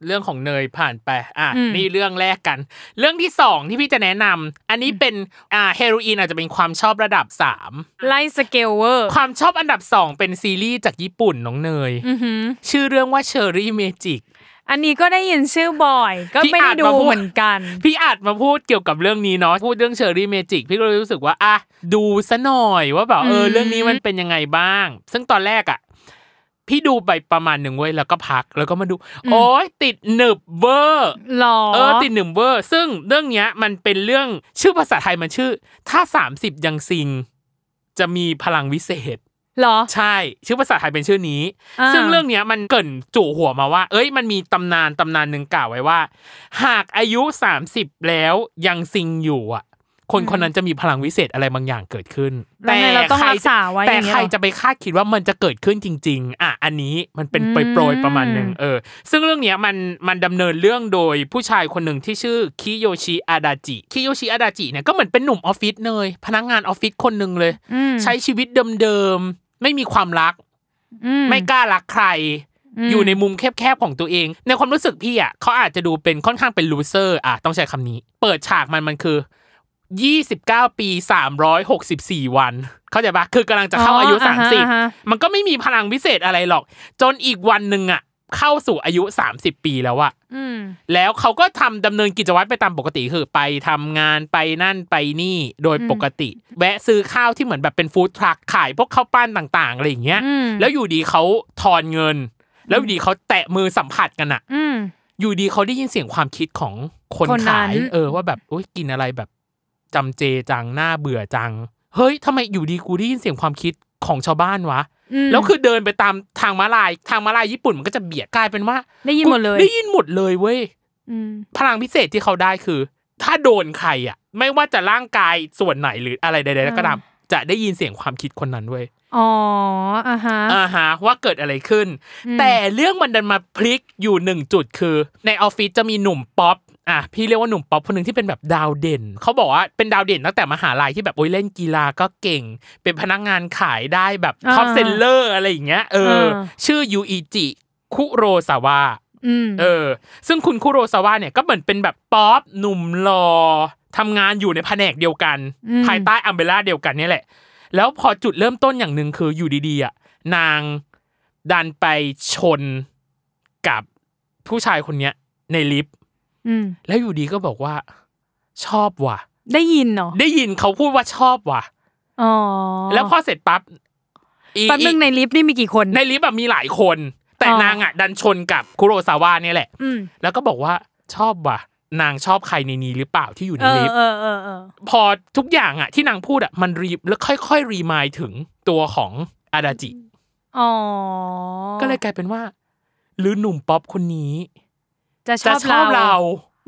Speaker 2: เรื่องของเนยผ่านไป อ่า
Speaker 3: อืม
Speaker 2: นี่เรื่องแรกกัน เรื่องที่สองที่พี่จะแนะนำอันนี้เป็นอ่าเฮโรอีนอาจจะเป็นความชอบระดับสาม
Speaker 3: ไล่สเกลเวอร์
Speaker 2: ความชอบอันดับสองเป็นซีรีส์จากญี่ปุ่นน้องเนย
Speaker 3: อือหือ
Speaker 2: ชื่อเรื่องว่าเชอรี่เมจิก
Speaker 3: อันนี้ก็ได้ยินชื่อบ่อย ก็
Speaker 2: พี่
Speaker 3: ไม่ได้
Speaker 2: อาจ
Speaker 3: ดู
Speaker 2: มาพูด
Speaker 3: เหมือนกัน
Speaker 2: พี่อาจมาพูดเกี่ยวกับเรื่องนี้เนาะพูดเรื่องเชอรี่เมจิกพี่ก็เลยรู้สึกว่าอ่ะดูซะหน่อยว่าแบบเออ
Speaker 3: อืม
Speaker 2: เรื่องนี้มันเป็นยังไงบ้าง ซึ่งตอนแรกอ่ะ พี่ดูไปประมาณหนึ่งเว้ยแล้วก็พักแล้วก็มาดู โอ้ยติดหนึบเวอร์
Speaker 3: หรอ
Speaker 2: เออติดหนึบเวอร์ ซึ่งเรื่องเนี้ยมันเป็นเรื่องชื่อภาษาไทยมันชื่อ ถ้าสามสิบยังซิง จะมีพลังวิเศษ
Speaker 3: หรอ
Speaker 2: ใช่ ชื่อภาษาไทยเป็นชื่อนี้
Speaker 3: อ่า
Speaker 2: ซึ่งเรื่องเนี้ยมันเกรินจู่หัวมาว่า เอ้ยมันมีตำนานตำนานหนึ่งกล่าวไว้ว่า หากอายุ 30 แล้วยังซิงอยู่อ่ะ คนคนนั้นจะมีพลังวิเศษอะไรบางอย่างเกิดขึ้น
Speaker 3: แล้วไงเราต้องรักษาไว้
Speaker 2: แต่
Speaker 3: อย่างเงี้ย
Speaker 2: ใคร
Speaker 3: หรอ
Speaker 2: จะไปคาดคิดว่ามันจะเกิดขึ้นจริง ๆ อ่ะอันนี้มันเป็นโปรยๆประมาณหนึ่งเออ ซึ่งเรื่องเนี้ยมันมันดำเนินเรื่องโดยผู้ชายคนหนึ่งที่ชื่อคิโยชิอาดาจิคิโยชิอาดาจิเนี่ยก็เหมือนเป็นหนุ่มออฟฟิศเลย พนักงานออฟฟิศคนหนึ่งเลย
Speaker 3: อืม
Speaker 2: ใช้ชีวิตเดิมๆ ไม่มีความรัก
Speaker 3: อื
Speaker 2: ไม่กล้ารักใคร
Speaker 3: อืม
Speaker 2: อยู่ในมุมแคบๆ ของตัวเอง ในความรู้สึกพี่อ่ะเขาอาจจะดูเป็นค่อนข้างเป็นลูเซอร์อ่ะต้องใช้คำนี้ เปิดฉากมันมันคือ 29 ปี 364 วัน เข้าใจปะคือกำลังจะเข้าอายุ
Speaker 3: ฮะอ่าฮะ
Speaker 2: 30 มันก็ไม่มีพลังพิเศษอะไรหรอก จนอีกวันหนึ่งอ่ะ เข้าสู่อายุ 30 ปีแล้วอะ
Speaker 3: อืม
Speaker 2: แล้วเขาก็ทำดำเนินกิจวัตรไปตามปกติคือไปทำงานไปนั่นไปนี่โดยปกติ แวะซื้อข้าวที่เหมือนแบบเป็นฟู้ดทรัคขายพวกข้าวปั้นต่างๆอะไรอย่างเงี้ย
Speaker 3: อืม
Speaker 2: แล้วอยู่ดีเขาทอนเงิน แล้วอยู่ดีเขาแตะมือสัมผัสกันอะ
Speaker 3: อืม
Speaker 2: อยู่ดีเขาได้ยินเสียงความคิดของคน
Speaker 3: คนนั้น
Speaker 2: ขาย เออว่าแบบโอ๊ยกินอะไรแบบจำเจจังหน้าเบื่อจัง เฮ้ยทำไมอยู่ดีกูได้ยินเสียงความคิดของชาวบ้านวะ
Speaker 3: อืม
Speaker 2: แล้วคือเดินไปตามทางม้าลายทางม้าลายญี่ปุ่นมันก็จะเบียดกลายเป็นว่า
Speaker 3: ได้ยินหมดเลย
Speaker 2: ได้ยินหมดเลยเว้ย
Speaker 3: อืม
Speaker 2: พลังพิเศษที่เขาได้คือ ถ้าโดนใครอ่ะ ไม่ว่าจะร่างกายส่วนไหนหรืออะไรใดๆก็ตามจะได้ยินเสียงความคิดคนนั้นเว้ย
Speaker 3: อ๋ออ่ะฮะ
Speaker 2: อ่าฮะว่าเกิดอะไรขึ้น
Speaker 3: อืม
Speaker 2: แต่เรื่องมันดันมาพลิกอยู่หนึ่งจุดคือ ในออฟฟิศจะมีหนุ่มป๊อปอ่ะพี่เรียกว่าหนุ่มป๊อปคนหนึ่งที่เป็นแบบดาวเด่น เขาบอกว่าเป็นดาวเด่นตั้งแต่มหาลัยที่แบบโอ้ยเล่นกีฬาก็เก่ง เป็นพนักงานขายได้แบบท็อป
Speaker 3: อ่า
Speaker 2: เซลเลอร์อะไรอย่างเงี้ยเอออา ชื่อยูอิจิคุโรซาวะ
Speaker 3: อืม
Speaker 2: เออ ซึ่งคุณคุโรซาวะเนี่ยก็เหมือนเป็นแบบป๊อปหนุ่มหล่อทำงานอยู่ในแผนกเดียวกัน
Speaker 3: อืม
Speaker 2: ภายใต้อัมเบร่าเดียวกันเนี่ยแหละ แล้วพอจุดเริ่มต้นอย่างหนึ่งคืออยู่ดีๆอ่ะนางดันไปชนกับผู้ชายคนเนี้ยในลิฟต์
Speaker 3: อืม
Speaker 2: แล้วอยู่ดีก็บอกว่า ชอบว่ะ
Speaker 3: ได้ยินเนาะ
Speaker 2: ได้ยินเขาพูดว่าชอบว่ะ
Speaker 3: อ๋อ
Speaker 2: แล้วพอเสร็จปั๊บอี
Speaker 3: แป๊บนึงในลิฟต์นี่มีกี่คน
Speaker 2: ในลิฟต์อะมีหลายคน แต่
Speaker 3: อ๋อ
Speaker 2: นางอ่ะ ดันชนกับคุโรซาวะเนี่ยแหละ
Speaker 3: อืม
Speaker 2: แล้วก็บอกว่าชอบว่ะ นางชอบใครในนี้หรือเปล่าที่อยู่ใน
Speaker 3: เออ
Speaker 2: ลิฟต์
Speaker 3: เออเออเออ
Speaker 2: พอทุกอย่างอ่ะ ที่นางพูดอ่ะมันรีแล้วค่อยๆ รีมายถึงตัวของอาดาจิ
Speaker 3: อ๋อ
Speaker 2: ก็เลยกลายเป็นว่า หรือหนุ่มป๊อปคนนี้
Speaker 3: จะช
Speaker 2: จะ
Speaker 3: อบ
Speaker 2: ชอบเรา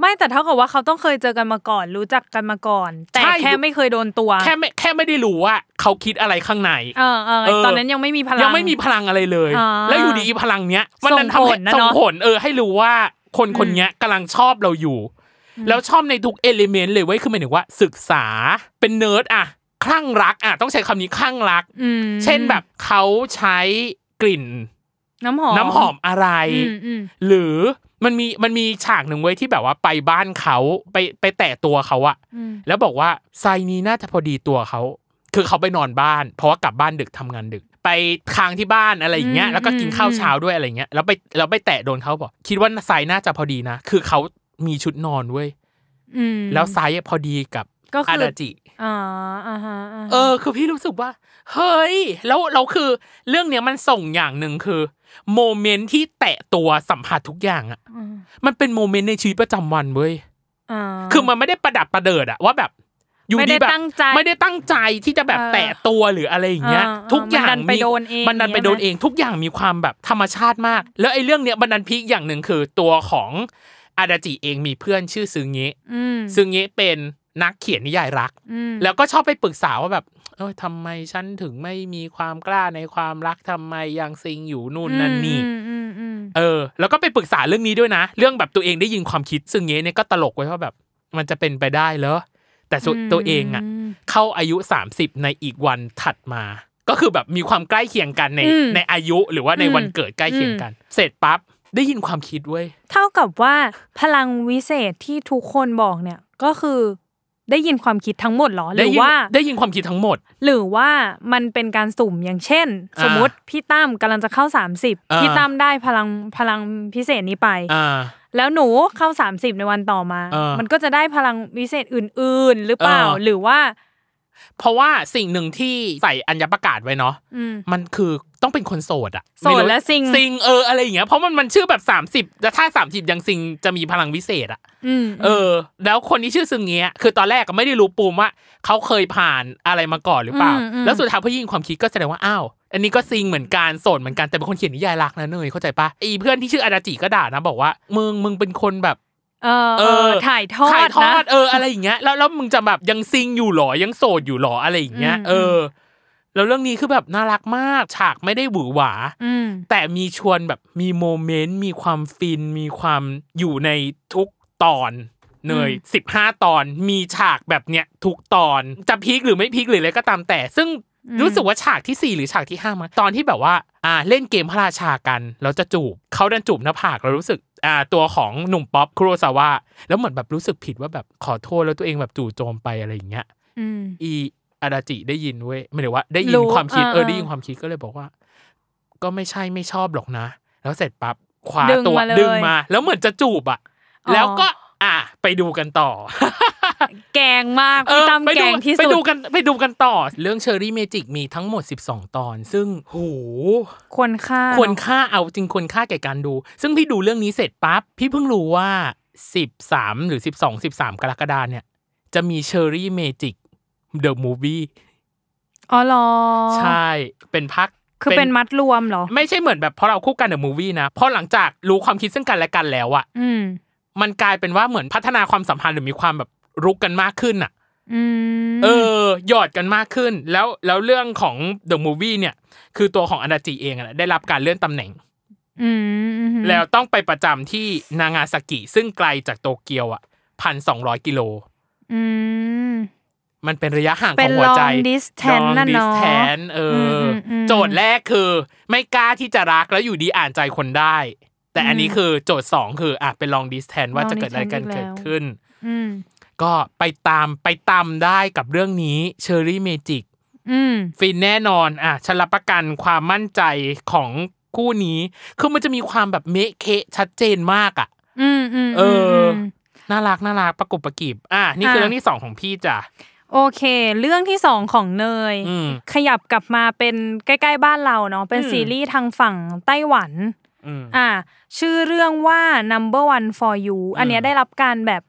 Speaker 3: ไม่แต่เท่ากับว่าเขาต้องเคยเจอกันมาก่อน รู้จักกันมาก่อน แต่
Speaker 2: ใช่
Speaker 3: แค่ไม่เคยโดนตัว
Speaker 2: แค่ไม่แค่ไม่ได้รู้ว่าเขาคิดอะไรข้างใน
Speaker 3: เออเออ
Speaker 2: เออ
Speaker 3: ตอนนั้นยังไม่มีพลัง
Speaker 2: ยังไม่มีพลังอะไรเลย
Speaker 3: อ่า
Speaker 2: แล้วอยู่ดีอีพลังเนี้ยมันดัน
Speaker 3: ส่
Speaker 2: ทำ
Speaker 3: งผ
Speaker 2: ให้
Speaker 3: ลนะ
Speaker 2: ส่ง
Speaker 3: เนาะ
Speaker 2: ผลเออให้รู้ว่าคนคนเนี้ยกำลังชอบเราอยู่ แล้วชอบในทุกเอลิเมนต์เลยเว้ยคือหมายถึงว่าศึกษาเป็นเนิร์ดอะคลั่งรักอะต้องใช้คำนี้คลั่งรัก
Speaker 3: อืม
Speaker 2: เช่นแบบเขาใช้กลิ่น
Speaker 3: น้ำหอม
Speaker 2: น้ำหอมอะไร
Speaker 3: อืมอืม
Speaker 2: หรือมันมีมันมีฉากหนึ่งเว้ยที่แบบว่าไปบ้านเขาไปไปแตะตัวเขาอะ
Speaker 3: อืม
Speaker 2: แล้วบอกว่าไซนี้น่าจะพอดีตัวเขา คือเขาไปนอนบ้าน เพราะว่ากลับบ้านดึกทำงานดึก ไปค้างที่บ้านอะไรอย่างเงี้ยแล้วก็กินข้าวเช้าด้วยอะไรเงี้ยแล้วไปแล้วไปแตะโดนเขาบอก คิดว่าไซน่าจะพอดีนะ คือเขามีชุดนอนเว้ย
Speaker 3: อืม
Speaker 2: แล้วไซอะพอดีกับ
Speaker 3: ก็คืออ
Speaker 2: อาดาจิ
Speaker 3: อ๋ออ่าฮะาฮะ
Speaker 2: เออคือพี่รู้สึกว่า เฮ้ย แล้วเราคือเรื่องเนี้ยมันส่งอย่างหนึ่งคือ โมเมนต์ที่แตะตัวสัมผัสทุกอย่างอะ
Speaker 3: ม
Speaker 2: มันเป็นโมเมนต์ในชีวิตประจำวันเว้ย
Speaker 3: อ่า
Speaker 2: คือมันไม่ได้ประดับประเดิดอะว่าแบบอยู่
Speaker 3: ไม่ได้
Speaker 2: ดีแบบ
Speaker 3: ตั้งใจ
Speaker 2: ไม่ได้ตั้งใจที่จะแบบ
Speaker 3: เออ
Speaker 2: แตะตัวหรืออะไรอย่างเงี้ย
Speaker 3: เออเออ
Speaker 2: ทุกอย่าง
Speaker 3: มันดันไป
Speaker 2: มี
Speaker 3: โดนเอง
Speaker 2: มันดันไปโดน
Speaker 3: เนี่ยนะ
Speaker 2: เองทุกอย่างมีความแบบธรรมชาติมาก แล้วไอ้เรื่องเนี้ยมันดันพีคอย่างหนึ่งคือตัวของอาดาจิเองมีเพื่อนชื่อซึงเงะ
Speaker 3: อืม
Speaker 2: ซึงเงะเป็นนักเขียนนิยายรัก
Speaker 3: อืม
Speaker 2: แล้วก็ชอบไปปรึกษาว่าแบบเออทำไมฉันถึงไม่มีความกล้าในความรักทำไมยังซิงอยู่นู่นนั่นนี่
Speaker 3: อืมอืมอืม
Speaker 2: เออ แล้วก็ไปปรึกษาเรื่องนี้ด้วยนะ เรื่องแบบตัวเองได้ยินความคิดซึ่งเงี้ยเนี่ยก็ตลกไว้ว่าแบบ มันจะเป็นไปได้เหรอแต่สุดตัวเองอ่ะ
Speaker 3: ม
Speaker 2: เข้าอายุ 30 ในอีกวันถัดมา ก็คือแบบมีความใกล้เคียงกันใน
Speaker 3: อืม
Speaker 2: ในอายุหรือว่าใน
Speaker 3: อืม
Speaker 2: วันเกิดใกล้เคียงกัน เสร็จปั๊บได้ยินความคิดเว้ย
Speaker 3: เท่ากับว่าพลังวิเศษที่ทุกคนบอกเนี่ยก็คือได้ยินความคิดทั้งหมดเหรอห
Speaker 2: ได้
Speaker 3: รือ
Speaker 2: ยิน
Speaker 3: ว่า
Speaker 2: ได้ยินความคิดทั้งหมด
Speaker 3: หรือว่ามันเป็นการสุ่มอย่างเช่น
Speaker 2: อ่า
Speaker 3: สมมติพี่ตั้มกำลังจะเข้า
Speaker 2: อ่า
Speaker 3: 30พี่ตั้มได้พลังพลังพิเศษนี้ไป
Speaker 2: อ่า
Speaker 3: แล้วหนูเข้า 30 ในวันต่อมา
Speaker 2: อ่ามั
Speaker 3: มันก็จะได้พลังวิเศษอื่น ๆ หรือเปล่า
Speaker 2: อ่า
Speaker 3: หรือว่า
Speaker 2: เพราะว่าสิ่งหนึ่งที่ใส่อัญญประกาศไว้เนาะ
Speaker 3: อืม
Speaker 2: มันคือต้องเป็นคนโสดอะ
Speaker 3: โสด
Speaker 2: ไม่รู้
Speaker 3: และซิง
Speaker 2: ซิงเอออะไรอย่างเงี้ยเพราะมันมันชื่อแบบ 30แต่ถ้า 30 ยังซิงจะมีพลังวิเศษอะ
Speaker 3: อืม
Speaker 2: เออ แล้วคนที่ชื่อซึงเงี้ยคือตอนแรกก็ไม่ได้รู้ปูมว่าเขาเคยผ่านอะไรมาก่อนหรือเปล่า แล้วสุดท้ายพอยิ่งความคิดก็แสดงว่าอ้าวอันนี้ก็ซิงเหมือนกันโสดเหมือนกันแต่เป็นคนเขียนนิยายรักนะเนยเข้าใจปะไอีเพื่อนที่ชื่ออาดาจิก็ด่านะบอกว่ามึงมึงเป็นคนแบบ
Speaker 3: เออ
Speaker 2: เอ
Speaker 3: เอ
Speaker 2: อ
Speaker 3: อถ่ายทอ
Speaker 2: ขาย
Speaker 3: ด
Speaker 2: ทอ
Speaker 3: นะ
Speaker 2: ดเอออะไรอย่างเงี้ยแล้วแล้วมึงจะแบบยังซิงอยู่หรอยังโสดอยู่หรออะไรอย่างเงี้ย
Speaker 3: อืม
Speaker 2: เออ แล้วเรื่องนี้คือแบบน่ารักมาก ฉากไม่ได้หวือหวา
Speaker 3: อืม
Speaker 2: แต่มีชวนแบบมีโมเมนต์ มีความฟิน มีความอยู่ในทุกตอนเนยสิบห้าตอน มีฉากแบบเนี้ยทุกตอนจะพีคหรือไม่พีคหรืออะไรก็ตามแต่ ซึ่ง
Speaker 3: อืม
Speaker 2: รู้สึกว่าฉากที่สี่หรือฉากที่ห้ามั้งตอนที่แบบว่า อ่าเล่นเกมพระราชากันแล้วจะจูบเขาดันจูบหน้าผากเรารู้สึกอ่าตัวของหนุ่มป๊อปคุโรซาวะแล้วเหมือนแบบรู้สึกผิดว่าแบบขอโทษแล้วตัวเองแบบจู่โจมไปอะไรอย่างเงี้ย
Speaker 3: อืม
Speaker 2: อีอาดาจิได้ยินเว้ยไม่ได้ว่า ได้ยิ
Speaker 3: รู้
Speaker 2: นความคิด
Speaker 3: อ่า
Speaker 2: เออ
Speaker 3: อ่า
Speaker 2: ได้ยินความคิดก็เลยบอกว่า ก็ไม่ใช่ไม่ชอบหรอกนะ แล้วเสร็จปั๊บคว้า
Speaker 3: ดึง
Speaker 2: ตัว
Speaker 3: มาเลย
Speaker 2: ดึงมา แล้วเหมือนจะจูบอ่ะ
Speaker 3: อ๋อ
Speaker 2: แล้วก็ อ่ะไปดูกันต่อ
Speaker 3: แกงมาก
Speaker 2: เอ
Speaker 3: พี่
Speaker 2: อ
Speaker 3: ตั้ม
Speaker 2: ไป
Speaker 3: แก
Speaker 2: ดู
Speaker 3: งที่
Speaker 2: ไป
Speaker 3: สุ
Speaker 2: ดู
Speaker 3: ด
Speaker 2: กันไปดูกันต่อ เรื่องเชอรี่เมจิกมีทั้งหมด 12 ตอน ซึ่งโห
Speaker 3: ควรค่า
Speaker 2: ควร
Speaker 3: เนอะ
Speaker 2: ค่าเอาจริงควรค่าแก่การดู ซึ่งพี่ดูเรื่องนี้เสร็จปั๊บ พี่เพิ่งรู้ว่า 13 หรือ 12 13 กรกฎาเนี่ย จะมีเชอรี่เมจิกเดอะมูฟี่
Speaker 3: อ๋อเหรอ
Speaker 2: ใช่ เป็นพัก
Speaker 3: คือเป็นมัดรวมเหรอ
Speaker 2: ไม่ใช่เหมือนแบบเพราะเราคู่กันเดอะมูวี่นะเพราะหลังจากรู้ความคิดซึ่งกันและกันแล้วอะ
Speaker 3: อืม
Speaker 2: มันกลายเป็นว่าเหมือนพัฒนาความสัมพันธ์หรือมีความแบบรุกกันมากขึ้นอะ
Speaker 3: อืม
Speaker 2: เออหยอดกันมากขึ้น แล้วแล้วเรื่องของ The Movie เนี่ย คือตัวของอันดาจิเองอะได้รับการเลื่อนตำแหน่ง
Speaker 3: อืมอืม
Speaker 2: แล้วต้องไปประจำที่นางาซากิ ซึ่งไกลจากโตเกียวอ่ะพันสองร้อยกิโล
Speaker 3: อืม
Speaker 2: มันเป็นระยะห่างข
Speaker 3: เป็
Speaker 2: อน งหัวใจ
Speaker 3: long distance น่ะเนอะ
Speaker 2: long distance เอออ
Speaker 3: มอืม
Speaker 2: โจทย์แรกคือไม่กล้าที่จะรักแล้วอยู่ดีอ่านใจคนได้ แต่อันนี้
Speaker 3: อืม
Speaker 2: คือโจทย์สองคืออ่ะเป็น long distance ว่าจะเกิดอะไรกัน
Speaker 3: distance อีกแล้ว
Speaker 2: เกิดขึ้น
Speaker 3: อืม
Speaker 2: ก็ไปตามไปตามได้กับเรื่องนี้เชอรี่เมจิก
Speaker 3: อืม
Speaker 2: ฟินแน่นอนอ่ะฉันรับประกันความมั่นใจของคู่นี้ คือมันจะมีความแบบเมะเคะชัดเจนมากอ่ะ
Speaker 3: อืมอืม
Speaker 2: เอออื
Speaker 3: ม
Speaker 2: น่ารักน่ารักประกบประกีบอ่ะนี่คือ
Speaker 3: ค่ะ
Speaker 2: เรื่องที่สองของพี่จ้ะ
Speaker 3: โอเค เรื่องที่สองของเนย
Speaker 2: อืม
Speaker 3: ขยับกลับมาเป็นใกล้ ๆ บ้านเราเนาะเป็น
Speaker 2: อืม
Speaker 3: ซีรีส์ทางฝั่งไต้หวัน
Speaker 2: อืม
Speaker 3: อ่า ชื่อเรื่องว่า number one for you อันเนี้ย
Speaker 2: อืม
Speaker 3: ได้รับการแบบ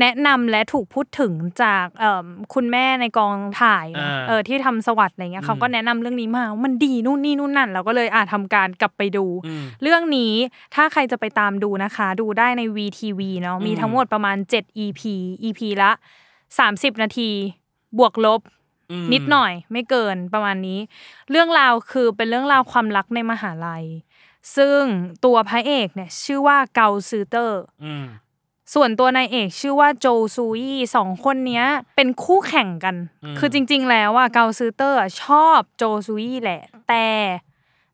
Speaker 3: แนะนำและถูกพูดถึงจากเอิ่มคุณแม่ในกองถ่ายเนอะ
Speaker 2: อ่า
Speaker 3: เออที่ทำสวัสด์อะไรเงี้ยเขาก็
Speaker 2: อืม
Speaker 3: แนะนำเรื่องนี้มาว่ามันดีนู่นนี่นู่นนั่นเราก็เลยอ่าทำการกลับไปดู
Speaker 2: อืม
Speaker 3: เรื่องนี้ถ้าใครจะไปตามดูนะคะ ดูได้ใน VTV เนาะมี
Speaker 2: อืม
Speaker 3: ทั้งหมดประมาณ 7 EP EP ละ 30 นาที บวกลบ
Speaker 2: อืม
Speaker 3: นิดหน่อยไม่เกินประมาณนี้ เรื่องราวคือเป็นเรื่องราวความรักในมหาลัย ซึ่งตัวพระเอกเนี่ยชื่อว่าเกาซือเตอร์
Speaker 2: อืม
Speaker 3: ส่วนตัวนายเอกชื่อว่าโจซูอีสองคนเนี้ยเป็นคู่แข่งกัน
Speaker 2: อืม
Speaker 3: คือจริง ๆ แล้วอ่ะเกาซือเตอร์อะชอบโจซูอีแหละ แต่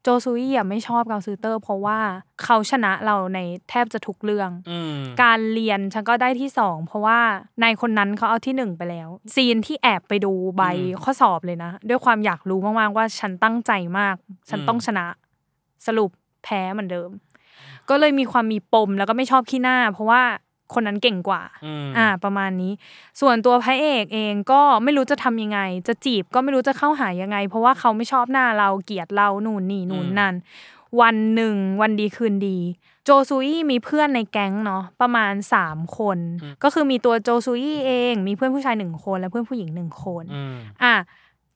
Speaker 3: โจซูอีอ่ะไม่ชอบเกาซือเตอร์ เพราะว่าเขาชนะเราในแทบจะทุกเรื่อง
Speaker 2: อืม
Speaker 3: การเรียนฉันก็ได้ที่สองเพราะว่านายคนนั้นเขาเอาที่หนึ่งไปแล้ว ซีนที่แอบไปดูใบ
Speaker 2: อืม
Speaker 3: ข้อสอบเลยนะ ด้วยความอยากรู้มาก ๆ ว่าฉันตั้งใจมาก ฉัน
Speaker 2: อืม
Speaker 3: ต้องชนะ สรุปแพ้เหมือนเดิม ก็เลยมีความมีปมแล้วก็ไม่ชอบขี้หน้า เพราะว่าคนนั้นเก่งกว่า
Speaker 2: อืม
Speaker 3: อ่า ประมาณนี้ ส่วนตัวพระเอกเองก็ไม่รู้จะทำยังไง จะจีบก็ไม่รู้จะเข้าหายังไง เพราะว่าเขาไม่ชอบหน้าเราเกลียดเรานู่นนี่นู่นนั่น วันหนึ่งวันดีคืนดี โจซูอี้มีเพื่อนในแก๊งเนาะประมาณ 3 คน ก็คือมีตัวโจซูอี้เอง มีเพื่อนผู้ชายหนึ่งคนและเพื่อนผู้หญิงหนึ่งคน
Speaker 2: อืม
Speaker 3: อ่ะ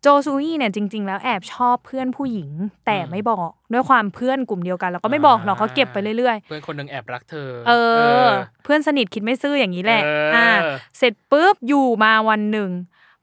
Speaker 3: โจซูอี้เนี่ยจริง ๆ แล้วแอบชอบเพื่อนผู้หญิง แต่
Speaker 2: อืม
Speaker 3: ไม่บอกด้วยความเพื่อนกลุ่มเดียวกันแล้วก็ไม่บอกหรอก
Speaker 2: อ่า
Speaker 3: เขาเก็บไปเรื่อย
Speaker 2: เพื่อนคนหนึ่งแอบรักเธอ
Speaker 3: ๆ เออ เพื่อนสนิทคิดไม่ซื่ออย่างนี้แหละ
Speaker 2: เอออ่
Speaker 3: อ่ะเสร็จปุ๊บอยู่มาวันหนึ่ง